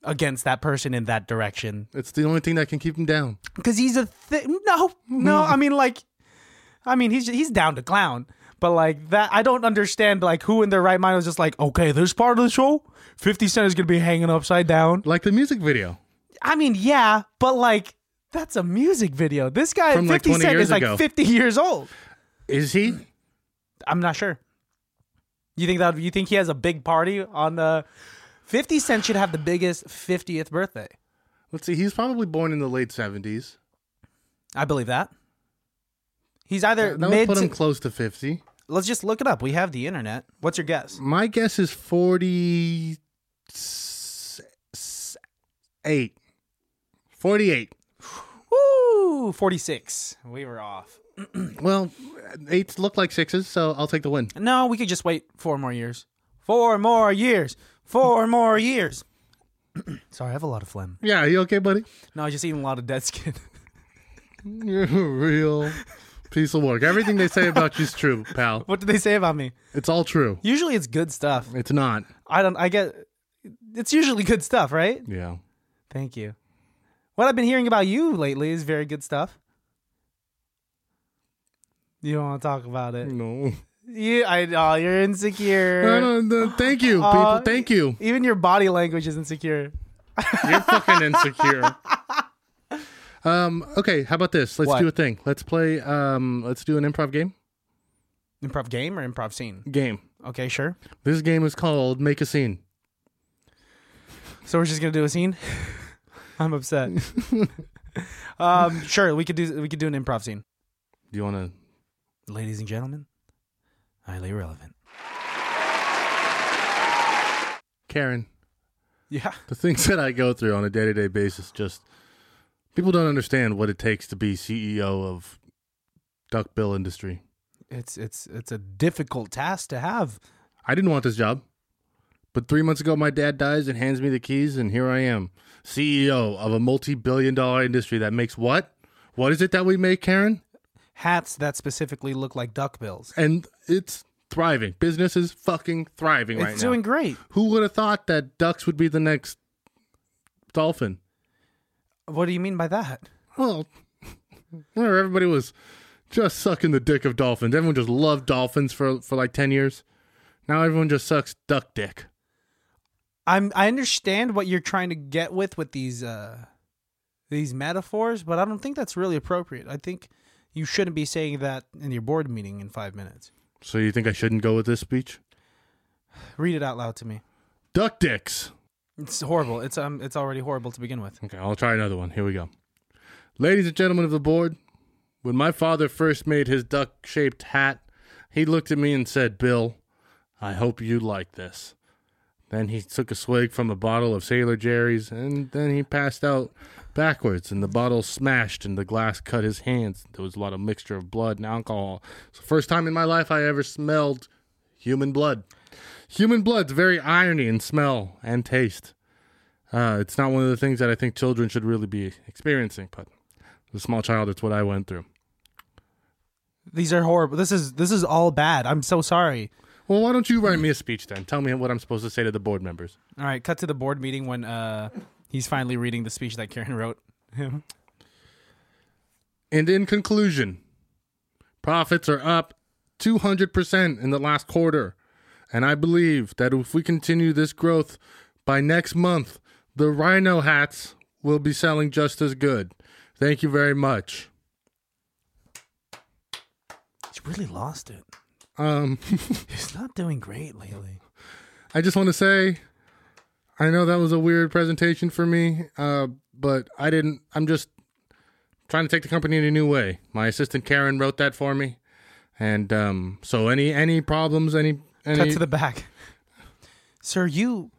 Speaker 2: against that person in that direction
Speaker 1: It's the only thing that can keep him down.
Speaker 2: because he's a thi- no, no. I mean, like, I mean, he's he's down to clown, but like that, I don't understand. Like, who in their right mind was just like, okay, this part of the show, Fifty Cent is gonna be hanging upside down.
Speaker 1: Like the music video.
Speaker 2: I mean, yeah, but like. That's a music video. This guy,
Speaker 1: From, like,
Speaker 2: 50
Speaker 1: 20
Speaker 2: Cent,
Speaker 1: years
Speaker 2: is like
Speaker 1: ago.
Speaker 2: 50 years old.
Speaker 1: Is he?
Speaker 2: I'm not sure. You think that you think he has a big party on the 50 Cent should have the biggest 50th birthday.
Speaker 1: Let's see. He's probably born in the late seventies.
Speaker 2: I believe that. He's either
Speaker 1: That would
Speaker 2: mid
Speaker 1: put him
Speaker 2: to-
Speaker 1: close to fifty.
Speaker 2: Let's just look it up. We have the internet. What's your guess?
Speaker 1: My guess is forty-eight. Forty-eight.
Speaker 2: Woo, 46. We were off.
Speaker 1: Well, eights look like sixes, so I'll take the win.
Speaker 2: No, we could just wait 4 more years. 4 more years. 4 more years. Sorry, I have a lot of phlegm.
Speaker 1: Yeah, you okay, buddy?
Speaker 2: No, I just eating a lot of dead skin.
Speaker 1: You're a real piece of work. Everything they say about you's true, pal.
Speaker 2: what did they say about me?
Speaker 1: It's all true.
Speaker 2: Usually it's good stuff.
Speaker 1: It's not.
Speaker 2: I don't I get it's usually good stuff, right?
Speaker 1: Yeah.
Speaker 2: Thank you. What I've been hearing about you lately is very good stuff. You don't want to talk about it.
Speaker 1: No.
Speaker 2: You, I know you're
Speaker 1: I
Speaker 2: insecure.
Speaker 1: don't- th- thank you, people.
Speaker 2: Aw.
Speaker 1: thank you.
Speaker 2: Even your body language is insecure.
Speaker 1: You're fucking insecure. Um. Okay. How about this? Let's
Speaker 2: What?
Speaker 1: do a thing. Let's play. Um. Let's do an improv game.
Speaker 2: Improv game or improv scene?
Speaker 1: Game.
Speaker 2: Okay, sure.
Speaker 1: This game is called Make a Scene.
Speaker 2: So we're just gonna do a scene. I'm upset. um, sure, we could do we could do an improv scene.
Speaker 1: Do you want to?
Speaker 2: Ladies and gentlemen, highly relevant.
Speaker 1: Karen,
Speaker 2: Yeah.
Speaker 1: the things that I go through on a day to day basis just people don't understand what it takes to be CEO of Duckbill Industry.
Speaker 2: It's it's it's a difficult task to have.
Speaker 1: I didn't want this job. But three months ago, my dad dies and hands me the keys, and here I am, CEO of a multi billion dollar industry that makes what? What is it that we make, Karen?
Speaker 2: Hats that specifically look like duck bills.
Speaker 1: And it's thriving. Business is fucking thriving right
Speaker 2: it's
Speaker 1: now.
Speaker 2: doing great.
Speaker 1: Who would have thought that ducks would be the next dolphin?
Speaker 2: What do you mean by that?
Speaker 1: Well, remember everybody was just sucking the dick of dolphins. Everyone just loved dolphins for, for like 10 years. Now everyone just sucks duck dick.
Speaker 2: I'm I understand what you're trying to get with with these uh these metaphors, but I don't think that's really appropriate. I think you shouldn't be saying that in your board meeting in 5 minutes.
Speaker 1: So you think I shouldn't go with this speech?
Speaker 2: Read it out loud to me.
Speaker 1: Duck dicks.
Speaker 2: It's horrible. It's um it's already horrible to begin with.
Speaker 1: Okay, I'll try another one. Here we go. Ladies and gentlemen of the board, when my father first made his duck shaped hat, he looked at me and said, Bill, I hope you like this. Then he took a swig from a bottle of Sailor Jerry's and then he passed out backwards and the bottle smashed and the glass cut his hands. There was a lot of mixture of blood and alcohol. It's the first time in my life I ever smelled human blood. Human blood's very irony in smell and taste. Uh, it's not one of the things that I think children should really be experiencing, but as a small child, it's what I went through.
Speaker 2: These are horrible. This is this is all bad. I'm so sorry.
Speaker 1: Well, why don't you write me a speech then? Tell me what I'm supposed to say to the board members.
Speaker 2: All right, cut to the board meeting when uh he's finally reading the speech that Karen wrote him.
Speaker 1: And in conclusion, profits are up 200% in the last quarter. And I believe that if we continue this growth by next month, the rhino hats will be selling just as good. Thank you very much.
Speaker 2: He's really lost it.
Speaker 1: Um,
Speaker 2: He's not doing great lately.
Speaker 1: I just want to say, I know that was a weird presentation for me, uh, but I didn't. I'm just trying to take the company in a new way. My assistant Karen wrote that for me, and um, so any any problems, any
Speaker 2: cut
Speaker 1: any
Speaker 2: to the back. Sir, you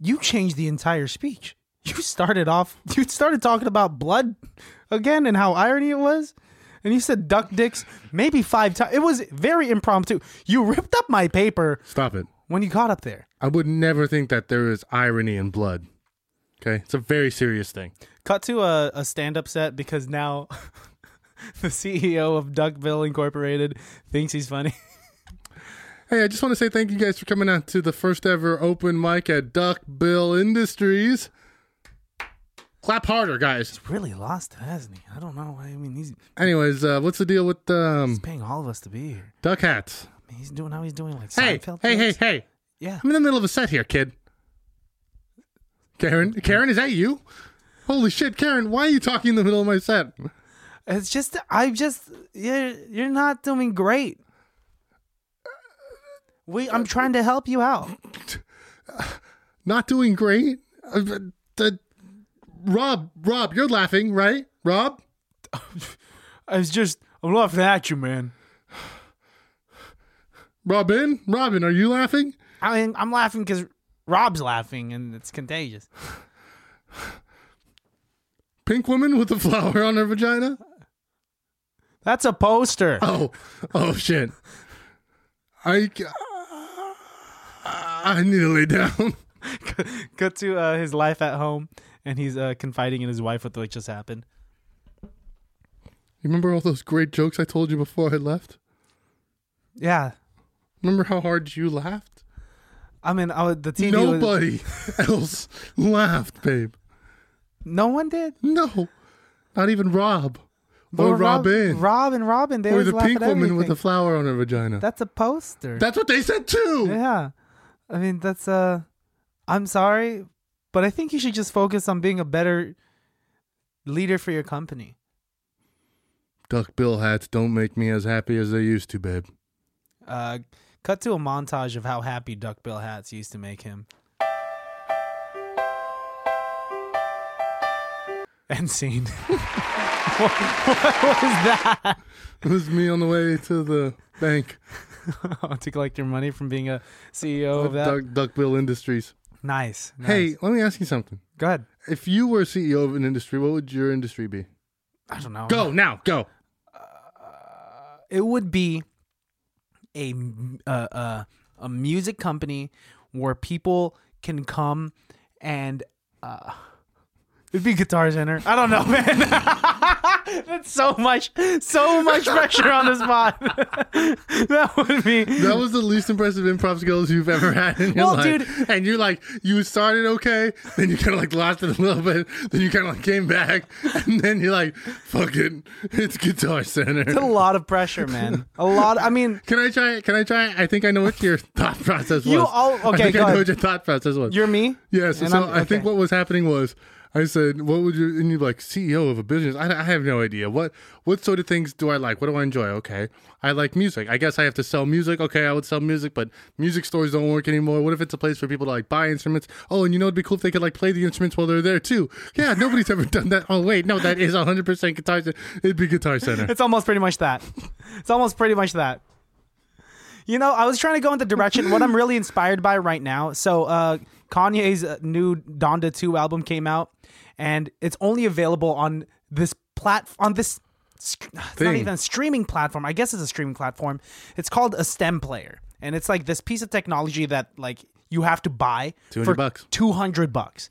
Speaker 2: you changed the entire speech. you started off you started talking about blood again and how irony it was and you said duck dicks maybe five times it was very impromptu you ripped up my paper
Speaker 1: Stop it.
Speaker 2: when you got up there
Speaker 1: I would never think that there is irony in blood. Okay, it's a very serious thing.
Speaker 2: cut to a, a stand-up set because now the ceo of duckville incorporated thinks he's funny
Speaker 1: Hey, I just want to say thank you guys for coming out to the first ever open mic at Duck Bill Industries. Clap harder, guys.
Speaker 2: really lost it hasn't he i don't know i mean he's
Speaker 1: Anyways, uh, what's the deal with um,
Speaker 2: paying all of us to be here
Speaker 1: duck hats?
Speaker 2: I mean, he's doing how he's doing like
Speaker 1: Hey,
Speaker 2: Seinfeld
Speaker 1: hey, hey,
Speaker 2: jokes.
Speaker 1: hey!
Speaker 2: yeah
Speaker 1: I'm in the middle of a set here, kid. Karen,
Speaker 2: Mm-hmm.
Speaker 1: Karen, is that you? Holy shit, Karen! Why are you talking in the middle of my set?
Speaker 2: it's just i just you're you're not doing great we i'm trying to help you out
Speaker 1: Not doing great. Uh, but the, Rob, Rob, you're laughing, right? Rob,
Speaker 2: i was just i'm laughing at you man
Speaker 1: Robin, Robin, are you laughing?
Speaker 2: i mean i'm laughing because rob's laughing and it's contagious
Speaker 1: Pink woman with a flower on her vagina.
Speaker 2: that's a poster
Speaker 1: Oh, oh shit. I, c- I need to lay down.
Speaker 2: Cut to uh, his life at home, and he's uh, confiding in his wife with what just happened.
Speaker 1: You remember all those great jokes I told you before I left?
Speaker 2: Yeah,
Speaker 1: Remember how hard you laughed?
Speaker 2: I mean, I, would- the TV. was-
Speaker 1: Nobody else laughed, babe.
Speaker 2: no one did.
Speaker 1: No, not even Rob
Speaker 2: Well,
Speaker 1: or Robin
Speaker 2: Rob and Robin, they
Speaker 1: or
Speaker 2: always
Speaker 1: the
Speaker 2: laugh
Speaker 1: pink
Speaker 2: at
Speaker 1: woman with
Speaker 2: everything.
Speaker 1: a flower on her vagina.
Speaker 2: that's a poster.
Speaker 1: That's what they said too.
Speaker 2: yeah, I mean, that's Uh, I'm sorry, but I think you should just focus on being a better leader for your company.
Speaker 1: Duck bill hats don't make me as happy as they used to, babe.
Speaker 2: Uh, cut to a montage of how happy Duckbill hats used to make him. End scene. what, what was that?
Speaker 1: It was me on the way to the bank.
Speaker 2: Oh, to collect your money from being a CEO of that.
Speaker 1: Duck, Duck Bill Industries.
Speaker 2: nice, nice.
Speaker 1: Hey, let me ask you something.
Speaker 2: go ahead.
Speaker 1: If you were CEO of an industry, what would your industry be?
Speaker 2: I don't know.
Speaker 1: Go now, go.
Speaker 2: It would be a uh, uh, a music company where people can come and uh, it'd be Guitar Center. I don't know, man. That's so much, so much pressure on the spot. that would be.
Speaker 1: That was the least impressive improv skills you've ever had in your
Speaker 2: Well,
Speaker 1: life.
Speaker 2: dude-
Speaker 1: And you're like, you started okay, then you kind of like lost it a little bit, then you kind of like came back, and then you're like, fuck it, it's Guitar Center.
Speaker 2: a lot of pressure, man. A lot. I mean,
Speaker 1: Can I try? it? Can I try? it? I think I know what your thought process was.
Speaker 2: You all-
Speaker 1: I
Speaker 2: okay,
Speaker 1: think
Speaker 2: go
Speaker 1: I know
Speaker 2: ahead.
Speaker 1: what your thought process was.
Speaker 2: you're me.
Speaker 1: Yes.
Speaker 2: And
Speaker 1: so
Speaker 2: I'm-
Speaker 1: I think
Speaker 2: okay.
Speaker 1: what was happening was I said, "What would you?" And you're like, "CEO of a business." I, I have no idea what what sort of things do I like. What do I enjoy? Okay, I like music. I guess I have to sell music. Okay, I would sell music, but music stores don't work anymore. What if it's a place for people to like buy instruments? Oh, and you know it'd be cool if they could like play the instruments while they're there too. Yeah, nobody's ever done that. Oh wait, no, that is 100 percent guitar. Cen- It'd be Guitar Center.
Speaker 2: It's almost pretty much that. It's almost pretty much that. You know, I was trying to go in the direction what I'm really inspired by right now. So, uh, Kanye's uh, new Donda 2 album came out, and it's only available on this plat on this. sc- It's not
Speaker 1: Thing.
Speaker 2: even a streaming platform. I guess it's a streaming platform. It's called a STEM player, and it's like this piece of technology that like you have to buy
Speaker 1: 200 bucks.
Speaker 2: two hundred bucks,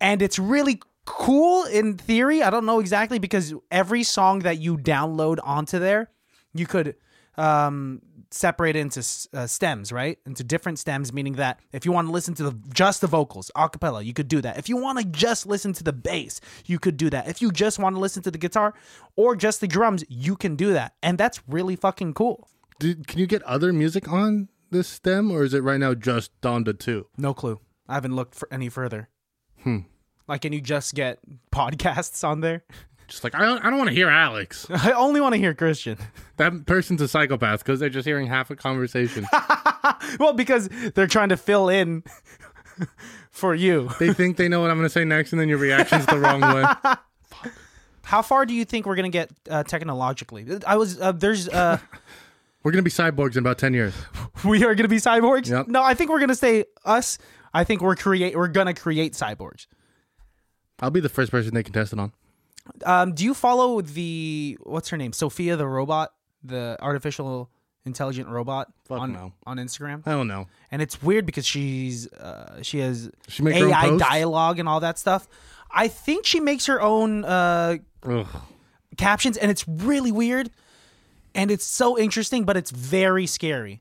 Speaker 2: and it's really cool in theory. I don't know exactly because every song that you download onto there, you could um, separate it into s- uh, stems, right? Into different stems, meaning that if you want to listen to the, just the vocals, a cappella, you could do that. If you want to just listen to the bass, you could do that. If you just want to listen to the guitar or just the drums, you can do that, and that's really fucking cool.
Speaker 1: Did, can you get other music on this stem, or is it right now just Donda Two?
Speaker 2: No clue. I haven't looked for any further. Hmm. Like, can you just get podcasts on there?
Speaker 1: Just like I don't, I don't want to hear Alex.
Speaker 2: I only want to hear Christian.
Speaker 1: That person's a psychopath because they're just hearing half a conversation.
Speaker 2: Well, because they're trying to fill in for you.
Speaker 1: they think they know what I'm going to say next, and then your reaction's the wrong way.
Speaker 2: How far do you think we're gonna get uh, technologically? I was uh, there's uh,
Speaker 1: We're going to be cyborgs in about 10 years.
Speaker 2: we are gonna be cyborgs.
Speaker 1: Yep.
Speaker 2: No, I think we're gonna stay us. I think we're create we're gonna create cyborgs.
Speaker 1: I'll be the first person they can test it on.
Speaker 2: Um, do you follow the what's her name, Sophia the robot, the artificial intelligent robot
Speaker 1: Fuck
Speaker 2: on
Speaker 1: no.
Speaker 2: on Instagram?
Speaker 1: I don't know.
Speaker 2: and it's weird because she's uh, she has
Speaker 1: She make her own
Speaker 2: AI
Speaker 1: posts?
Speaker 2: dialogue and all that stuff. I think she makes her own uh,
Speaker 1: Ugh.
Speaker 2: captions, and it's really weird, and it's so interesting, but it's very scary.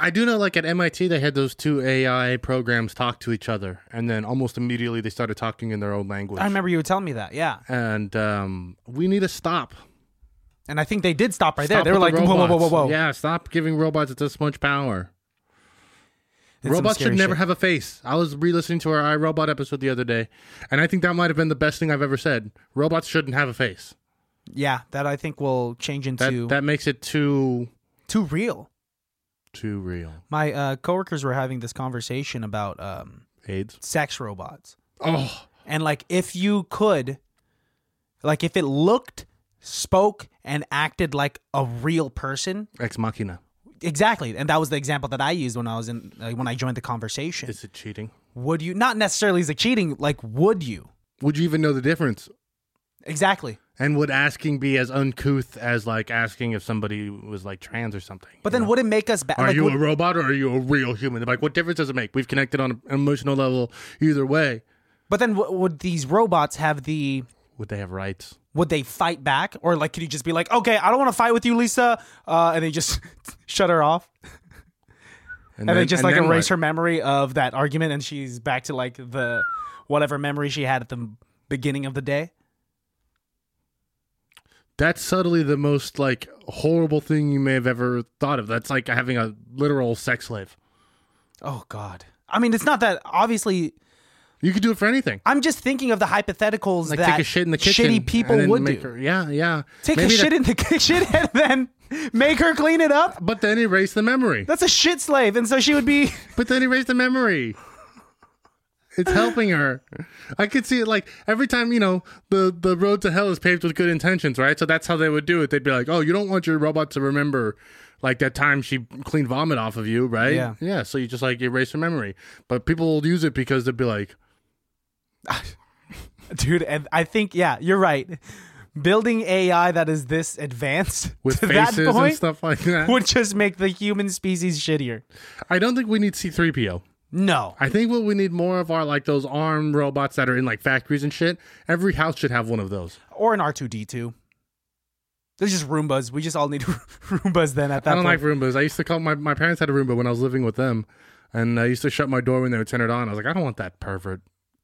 Speaker 1: I do know, like at MIT, they had those two AI programs talk to each other, and then almost immediately they started talking in their own language.
Speaker 2: I remember you were telling me that, yeah,
Speaker 1: and um, we need to stop.
Speaker 2: and I think they did stop right there.
Speaker 1: Stop
Speaker 2: They were like,
Speaker 1: with the
Speaker 2: whoa, whoa, whoa, whoa,
Speaker 1: robots.
Speaker 2: whoa.
Speaker 1: Yeah, stop giving robots this much power.
Speaker 2: Did some
Speaker 1: robots
Speaker 2: scary
Speaker 1: should never
Speaker 2: shit.
Speaker 1: have a face. I was re-listening to our iRobot episode the other day, and I think that might have been the best thing I've ever said. Robots shouldn't have a face.
Speaker 2: Yeah, that I think will change
Speaker 1: That
Speaker 2: into
Speaker 1: that makes it too
Speaker 2: too real.
Speaker 1: too real.
Speaker 2: My uh, coworkers were having this conversation about um,
Speaker 1: AIDS.
Speaker 2: sex robots.
Speaker 1: Oh,
Speaker 2: And like if you could like if it looked, spoke and acted like a real person.
Speaker 1: ex machina.
Speaker 2: Exactly. And that was the example that I used when I was in uh, when I joined the conversation.
Speaker 1: Is it cheating?
Speaker 2: Would you not necessarily as a cheating, like would you?
Speaker 1: Would you even know the difference?
Speaker 2: Exactly.
Speaker 1: And would asking be as uncouth as like asking if somebody was like trans or something?
Speaker 2: But then would it make us bad?
Speaker 1: Are
Speaker 2: like,
Speaker 1: you
Speaker 2: would-
Speaker 1: a robot or are you a real human? They're like, what difference does it make? We've connected on an emotional level either way.
Speaker 2: but then w- would these robots have the
Speaker 1: Would they have rights?
Speaker 2: would they fight back or like could you just be like okay i don't want to fight with you lisa uh, and they just shut her off and, they just like
Speaker 1: then
Speaker 2: erase
Speaker 1: what?
Speaker 2: her memory of that argument and she's back to like the whatever memory she had at the beginning of the day
Speaker 1: That's subtly the most like horrible thing you may have ever thought of. That's like having a literal sex slave.
Speaker 2: oh god i mean it's not that obviously
Speaker 1: You could do it for anything.
Speaker 2: i'm just thinking of the hypotheticals
Speaker 1: Like
Speaker 2: that
Speaker 1: take a shit in the kitchen.
Speaker 2: shitty people
Speaker 1: and then
Speaker 2: would do
Speaker 1: make her- yeah, yeah.
Speaker 2: take
Speaker 1: Maybe
Speaker 2: a
Speaker 1: that-
Speaker 2: shit in the kitchen and then make her clean it up
Speaker 1: But then erase the memory.
Speaker 2: that's a shit slave and so she would be
Speaker 1: But then erase the memory. It's helping her. I could see it like every time, you know, the, the road to hell is paved with good intentions, right? So that's how they would do it. They'd be like, oh, you don't want your robot to remember like that time she cleaned vomit off of you, right?
Speaker 2: Yeah.
Speaker 1: Yeah. So you just like erase her memory. But people will use it because they'd be like,
Speaker 2: dude and i think yeah you're right building ai that is this advanced
Speaker 1: with
Speaker 2: to
Speaker 1: faces
Speaker 2: that point
Speaker 1: and stuff like that.
Speaker 2: would just make the human species shittier
Speaker 1: I don't think we need C3PO.
Speaker 2: no
Speaker 1: I think what we need more of are like those arm robots that are in like factories and shit. Every house should have one of those.
Speaker 2: or an r2d2 there's just roombas we just all need roombas then at that
Speaker 1: I don't
Speaker 2: point
Speaker 1: like Roombas. I used to call my, my parents had a Roomba when I was living with them, and I used to shut my door when they would turn it on. I was like, I don't want that pervert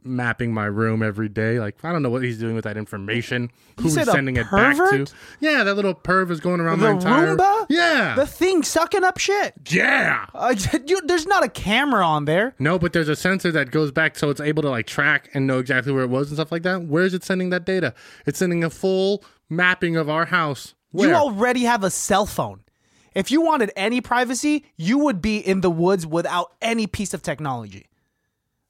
Speaker 1: mapping my room every day. Like, I don't know what he's doing with that information. Who he's
Speaker 2: said a
Speaker 1: sending it back to?
Speaker 2: pervert?
Speaker 1: Yeah, that little perv is going around
Speaker 2: the
Speaker 1: my entire
Speaker 2: roomba
Speaker 1: Yeah,
Speaker 2: the thing sucking up shit
Speaker 1: yeah.
Speaker 2: uh, dude, there's not a camera on there
Speaker 1: No, but there's a sensor that goes back, so it's able to like track and know exactly where it was and stuff like that. Where is it sending that data? It's sending a full mapping of our house. Where?
Speaker 2: you already have a cell phone if you wanted any privacy you would be in the woods without any piece of technology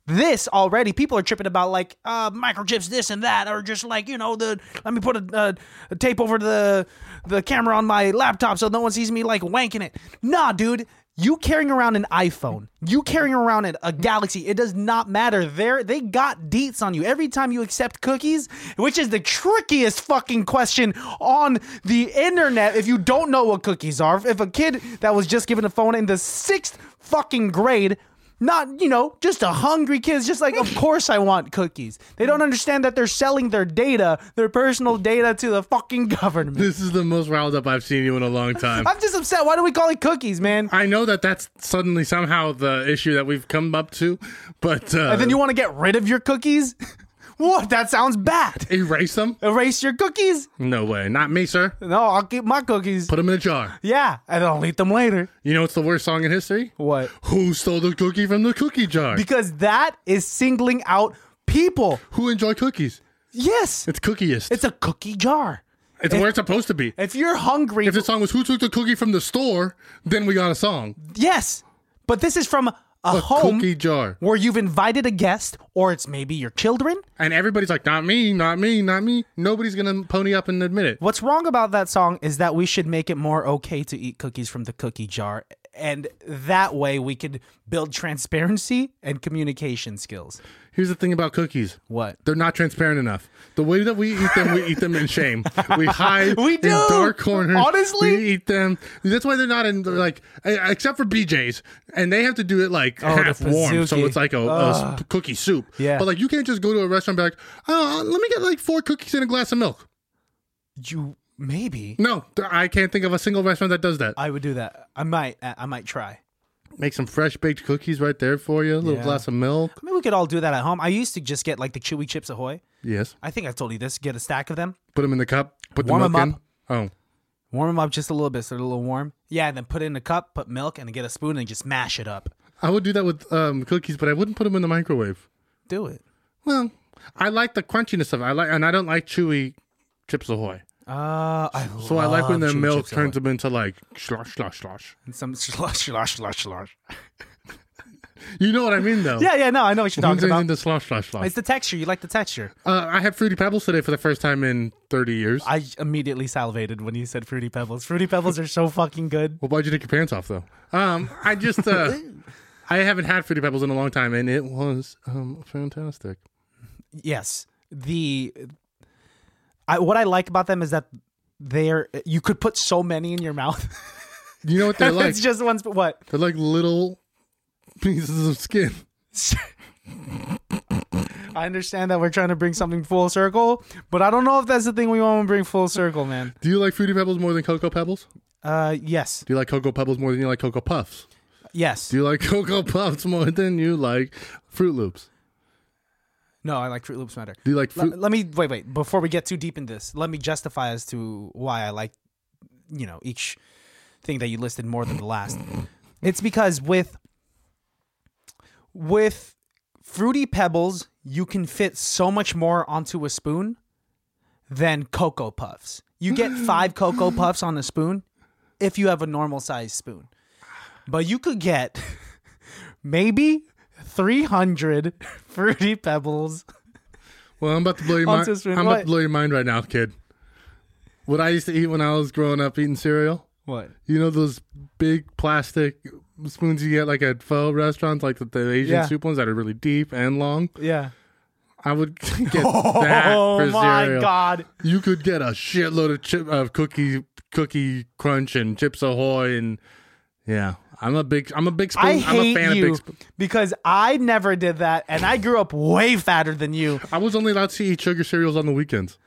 Speaker 2: this already people are tripping about like uh, microchips this and that or just like you know the let me put a, a, a tape over the the camera on my laptop so no one sees me like wanking it nah dude you carrying around an iphone you carrying around an, a galaxy it does not matter They're, they got deets on you every time you accept cookies which is the trickiest fucking question on the internet if you don't know what cookies are if a kid that was just given a phone in the sixth fucking grade not, you know, just a hungry kid. It's just like, of course I want cookies. They don't understand that they're selling their data, their personal data to the fucking government.
Speaker 1: This is the most riled up I've seen you in a long time.
Speaker 2: I'm just upset. Why do we call it cookies, man?
Speaker 1: I know that that's suddenly somehow the issue that we've come up to, but uh,
Speaker 2: And then you want to get rid of your cookies? what? That sounds bad.
Speaker 1: erase them?
Speaker 2: Erase your cookies?
Speaker 1: No way, not me, sir.
Speaker 2: No, I'll keep my cookies.
Speaker 1: Put them in a jar.
Speaker 2: Yeah, and I'll eat them later.
Speaker 1: You know what's the worst song in history?
Speaker 2: What?
Speaker 1: Who stole the cookie from the cookie jar?
Speaker 2: Because that is singling out people.
Speaker 1: Who enjoy cookies?
Speaker 2: Yes,
Speaker 1: It's cookiest. It's,
Speaker 2: it's a cookie jar.
Speaker 1: where it's supposed to be.
Speaker 2: If you're hungry,
Speaker 1: If the song was "Who took the cookie from the store," then we got a song.
Speaker 2: yes, but this is from a,
Speaker 1: A
Speaker 2: home.
Speaker 1: cookie jar,
Speaker 2: where you've invited a guest or it's maybe your children.
Speaker 1: and everybody's like, "Not me, not me, not me." Nobody's gonna pony up and admit it.
Speaker 2: What's wrong about that song is that we should make it more okay to eat cookies from the cookie jar and that way we could build transparency and communication skills.
Speaker 1: Here's the thing about cookies.
Speaker 2: What?
Speaker 1: They're not transparent enough. The way that we eat them, we eat them in shame. We hide
Speaker 2: We do.
Speaker 1: in dark corners.
Speaker 2: Honestly.
Speaker 1: we eat them. That's why they're not in like eh, except for BJ's, and they have to do it like
Speaker 2: Oh, the
Speaker 1: half warm, so
Speaker 2: Pizookie.
Speaker 1: it's like a, a s- cookie soup.
Speaker 2: Yeah.
Speaker 1: But like you can't just go to a restaurant and be like, oh, let me get like four cookies and a glass of milk.
Speaker 2: You maybe
Speaker 1: No, th- I can't think of a single restaurant that does that.
Speaker 2: I would do that. I might. I I might try.
Speaker 1: Make some fresh baked cookies right there for you. A little
Speaker 2: Yeah.
Speaker 1: glass of milk.
Speaker 2: I mean, we could all do that at home. I used to just get like the Chewy Chips Ahoy.
Speaker 1: Yes.
Speaker 2: I think I told you this. Get a stack of them,
Speaker 1: Put them in the cup. Put
Speaker 2: Warm
Speaker 1: the
Speaker 2: 'em
Speaker 1: milk in.
Speaker 2: up.
Speaker 1: Oh.
Speaker 2: warm them up just a little bit so they're a little warm. Yeah, and then put it in a cup, put milk, and then get a spoon and just mash it up.
Speaker 1: I would do that with um, cookies, but I wouldn't put them in the microwave.
Speaker 2: Do it.
Speaker 1: Well, I like the crunchiness of it. I like, and I don't like chewy Chips Ahoy.
Speaker 2: Uh, I
Speaker 1: So I like when
Speaker 2: love
Speaker 1: the
Speaker 2: Chewy
Speaker 1: milk
Speaker 2: Chips Ahoy.
Speaker 1: turns them into like slosh, slosh, slosh.
Speaker 2: And some slosh, slosh, slosh, slosh.
Speaker 1: You know what I mean, though.
Speaker 2: Yeah, yeah, no, I know what you're
Speaker 1: Turns
Speaker 2: talking
Speaker 1: it
Speaker 2: about.
Speaker 1: into slosh, slosh, slosh.
Speaker 2: It's the texture. You like the texture.
Speaker 1: Uh, I had fruity pebbles today for the first time in thirty years.
Speaker 2: I immediately salivated when you said fruity pebbles. Fruity pebbles are so fucking good.
Speaker 1: well, why'd you take your pants off though? Um, I just uh, I haven't had fruity pebbles in a long time, and it was um, fantastic.
Speaker 2: Yes, the I what I like about them is that they're you could put so many in your mouth.
Speaker 1: You know what they're like?
Speaker 2: it's just one. Sp- what?
Speaker 1: they're like little pieces of skin.
Speaker 2: I understand that we're trying to bring something full circle, but I don't know if that's the thing we want to bring full circle, man.
Speaker 1: Do you like fruity pebbles more than cocoa pebbles?
Speaker 2: Uh, yes,
Speaker 1: Do you like cocoa pebbles more than you like cocoa puffs?
Speaker 2: yes.
Speaker 1: Do you like Cocoa Puffs more than you like Fruit Loops?
Speaker 2: No, I like Fruit Loops better.
Speaker 1: Do you like
Speaker 2: Let,
Speaker 1: Fruit?
Speaker 2: let me wait, wait. Before we get too deep in this, let me justify as to why I like, you know, each thing that you listed more than the last. it's because with with fruity pebbles, you can fit so much more onto a spoon than cocoa puffs. You get five cocoa puffs on a spoon if you have a normal sized spoon, but you could get maybe. 300 fruity pebbles
Speaker 1: well, I'm about to blow your
Speaker 2: I'm
Speaker 1: mind.
Speaker 2: so sorry,
Speaker 1: I'm about to
Speaker 2: what?
Speaker 1: blow your mind right now, kid. What I used to eat when I was growing up eating cereal.
Speaker 2: what
Speaker 1: You know those big plastic spoons you get like at pho restaurants, like the, the Asian
Speaker 2: Yeah.
Speaker 1: soup ones that are really deep and long.
Speaker 2: Yeah.
Speaker 1: I would get that Ah, for cereal.
Speaker 2: Oh god.
Speaker 1: You could get a shitload of chip of cookie cookie crunch and Chips Ahoy and yeah. I'm a big I'm a big spoon.
Speaker 2: I
Speaker 1: am a
Speaker 2: hate
Speaker 1: fan of
Speaker 2: you
Speaker 1: big spoon.
Speaker 2: because I never did that and I grew up way fatter than you.
Speaker 1: I was only allowed to eat sugar cereals on the weekends.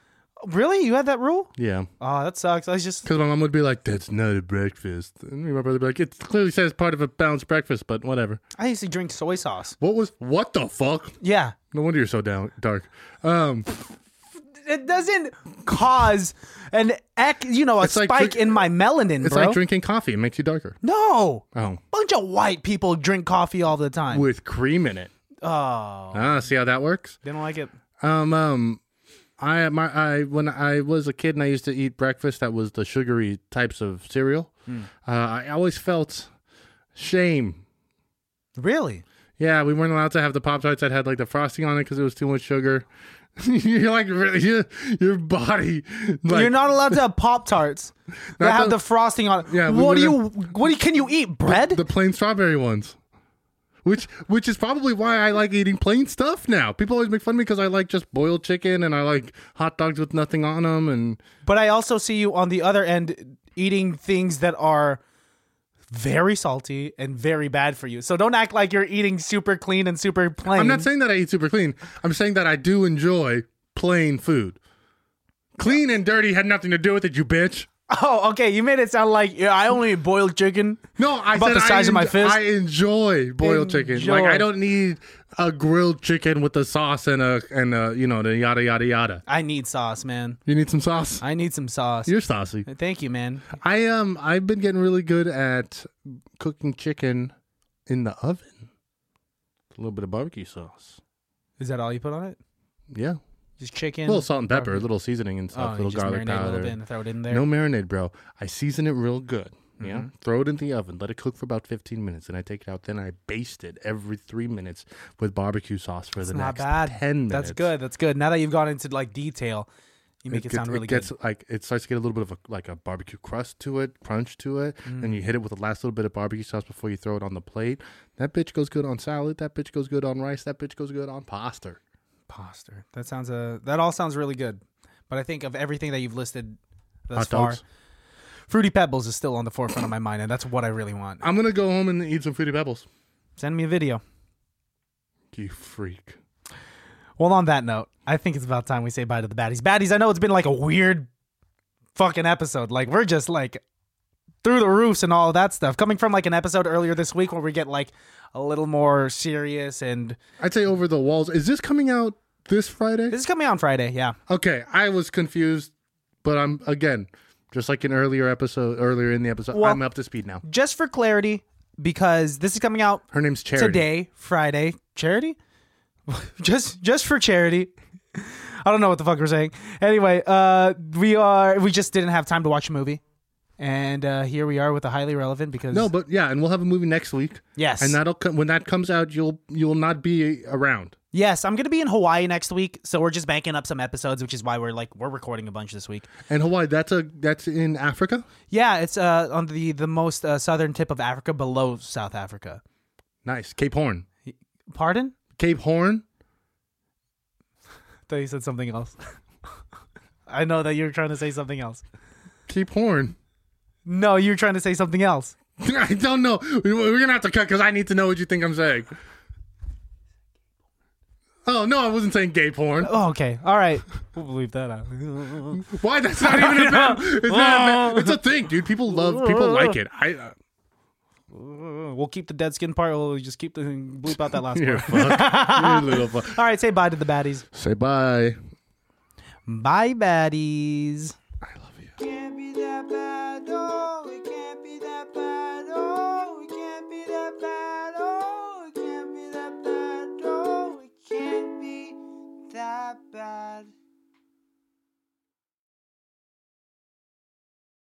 Speaker 2: Really? You had that rule?
Speaker 1: Yeah.
Speaker 2: Oh, that sucks. I was just
Speaker 1: Because my mom would be like, that's not a breakfast. And my brother would be like, it clearly says part of a balanced breakfast, but whatever.
Speaker 2: I used to drink soy sauce.
Speaker 1: What was, what the fuck?
Speaker 2: Yeah.
Speaker 1: No wonder you're so down, dark. Um,
Speaker 2: It doesn't cause an ec- you know, a
Speaker 1: It's like
Speaker 2: spike
Speaker 1: drink-
Speaker 2: in my melanin,
Speaker 1: it's
Speaker 2: bro.
Speaker 1: like drinking coffee. It makes you darker.
Speaker 2: no.
Speaker 1: Oh.
Speaker 2: Bunch of white people drink coffee all the time.
Speaker 1: With cream in it.
Speaker 2: Oh.
Speaker 1: Ah, see how that works?
Speaker 2: Didn't like it.
Speaker 1: Um, um, I, my, I, when I was a kid and I used to eat breakfast that was the sugary types of cereal, uh, I always felt shame
Speaker 2: Really?
Speaker 1: Yeah, we weren't allowed to have the pop tarts that had like the frosting on it because it was too much sugar. you're like really, you your body. Like,
Speaker 2: You're not allowed to have Pop Tarts that have
Speaker 1: the-
Speaker 2: the, frosting on. it.
Speaker 1: Yeah, we
Speaker 2: what do you?
Speaker 1: wouldn't-
Speaker 2: What do you, can you eat? Bread?
Speaker 1: the plain strawberry ones, which which is probably why I like eating plain stuff now. People always make fun of me because I like just boiled chicken and I like hot dogs with nothing on them. And
Speaker 2: But I also see you on the other end eating things that are very salty and very bad for you. So don't act like you're eating super clean and super plain.
Speaker 1: I'm not saying that I eat super clean. I'm saying that I do enjoy plain food. Clean and dirty had nothing to do with it, you bitch.
Speaker 2: oh, okay. You made it sound like yeah, I only eat boiled chicken.
Speaker 1: No, I
Speaker 2: About
Speaker 1: said
Speaker 2: the size
Speaker 1: I
Speaker 2: of my
Speaker 1: en-
Speaker 2: fist?
Speaker 1: I enjoy boiled chicken. Like
Speaker 2: Enjoy.
Speaker 1: I don't need a grilled chicken with the sauce and a and a you know the yada yada yada.
Speaker 2: I need sauce, man.
Speaker 1: You need some sauce.
Speaker 2: I need some sauce.
Speaker 1: You're saucy.
Speaker 2: Thank you, man.
Speaker 1: I um I've been getting really good at cooking chicken in the oven. A little bit of barbecue sauce.
Speaker 2: Is that all you put on it?
Speaker 1: Yeah,
Speaker 2: Just chicken.
Speaker 1: a little salt and pepper, a little seasoning and
Speaker 2: Oh,
Speaker 1: stuff,
Speaker 2: you
Speaker 1: a little
Speaker 2: just
Speaker 1: garlic
Speaker 2: marinate a little
Speaker 1: powder.
Speaker 2: bit and throw it in there.
Speaker 1: No marinade, bro. I season it real good. Yeah. Throw it in the oven. Let it cook for about 15 minutes. Then I take it out. Then I baste it every three minutes with barbecue sauce for the
Speaker 2: Not
Speaker 1: next
Speaker 2: bad.
Speaker 1: 10 minutes.
Speaker 2: That's good. That's good. Now that you've gone into like detail, You make it,
Speaker 1: gets,
Speaker 2: sound really
Speaker 1: gets
Speaker 2: good.
Speaker 1: like it starts to get a little bit of a like a barbecue crust to it, crunch to it,
Speaker 2: Mm.
Speaker 1: and you hit it with the last little bit of barbecue sauce before you throw it on the plate. That bitch goes good on salad. That bitch goes good on rice. That bitch goes good on pasta.
Speaker 2: Imposter. That sounds uh, that all sounds really good. But I think of everything that you've listed thus
Speaker 1: Hot
Speaker 2: far,
Speaker 1: dogs.
Speaker 2: Fruity Pebbles is still on the forefront of my mind, and that's what I really want.
Speaker 1: I'm gonna go home and eat some fruity pebbles.
Speaker 2: Send me a video.
Speaker 1: You freak.
Speaker 2: Well, on that note, I think it's about time we say bye to the baddies. Baddies, I know it's been like a weird fucking episode. Like we're just like through the roofs and all that stuff. Coming from like an episode earlier this week where we get like a little more serious and
Speaker 1: I'd say over the walls. Is this coming out this Friday?
Speaker 2: this is coming out on Friday, yeah.
Speaker 1: Okay, I was confused, but I'm again just like an earlier episode, earlier in the episode.
Speaker 2: Well-
Speaker 1: I'm up to speed now.
Speaker 2: Just for clarity, because this is coming out
Speaker 1: Her name's Charity.
Speaker 2: today, Friday. Charity? just just for charity. I don't know what the fuck we're saying. Anyway, uh we are we just didn't have time to watch a movie. And uh here we are with a highly relevant because
Speaker 1: No, but yeah, and we'll have a movie next week.
Speaker 2: Yes.
Speaker 1: and that'll come when that comes out. You'll you'll not be around.
Speaker 2: Yes, I'm gonna be in Hawaii next week, so we're just banking up some episodes, which is why we're like we're recording a bunch this week.
Speaker 1: And Hawaii, that's a that's in Africa.
Speaker 2: Yeah, it's uh on the the most uh, southern tip of Africa, below South Africa.
Speaker 1: Nice, Cape Horn.
Speaker 2: Pardon?
Speaker 1: Cape Horn.
Speaker 2: I thought you said something else. I know that you were trying to say something else.
Speaker 1: Cape Horn.
Speaker 2: No, you were trying to say something else.
Speaker 1: I don't know. We- We're gonna have to cut because I need to know what you think I'm saying. Oh no, I wasn't saying Cape Horn.
Speaker 2: Oh, okay. All right. We'll believe that out.
Speaker 1: Why? That's not even a bad. It's, not a bad- it's a thing, dude. People love. People like it. I. Uh,
Speaker 2: We'll keep the dead skin part. We'll just keep the bleep out that last
Speaker 1: you
Speaker 2: part.
Speaker 1: fuck. You little fuck.
Speaker 2: All right. Say bye to the baddies.
Speaker 1: Say bye.
Speaker 2: Bye, baddies. oh. oh.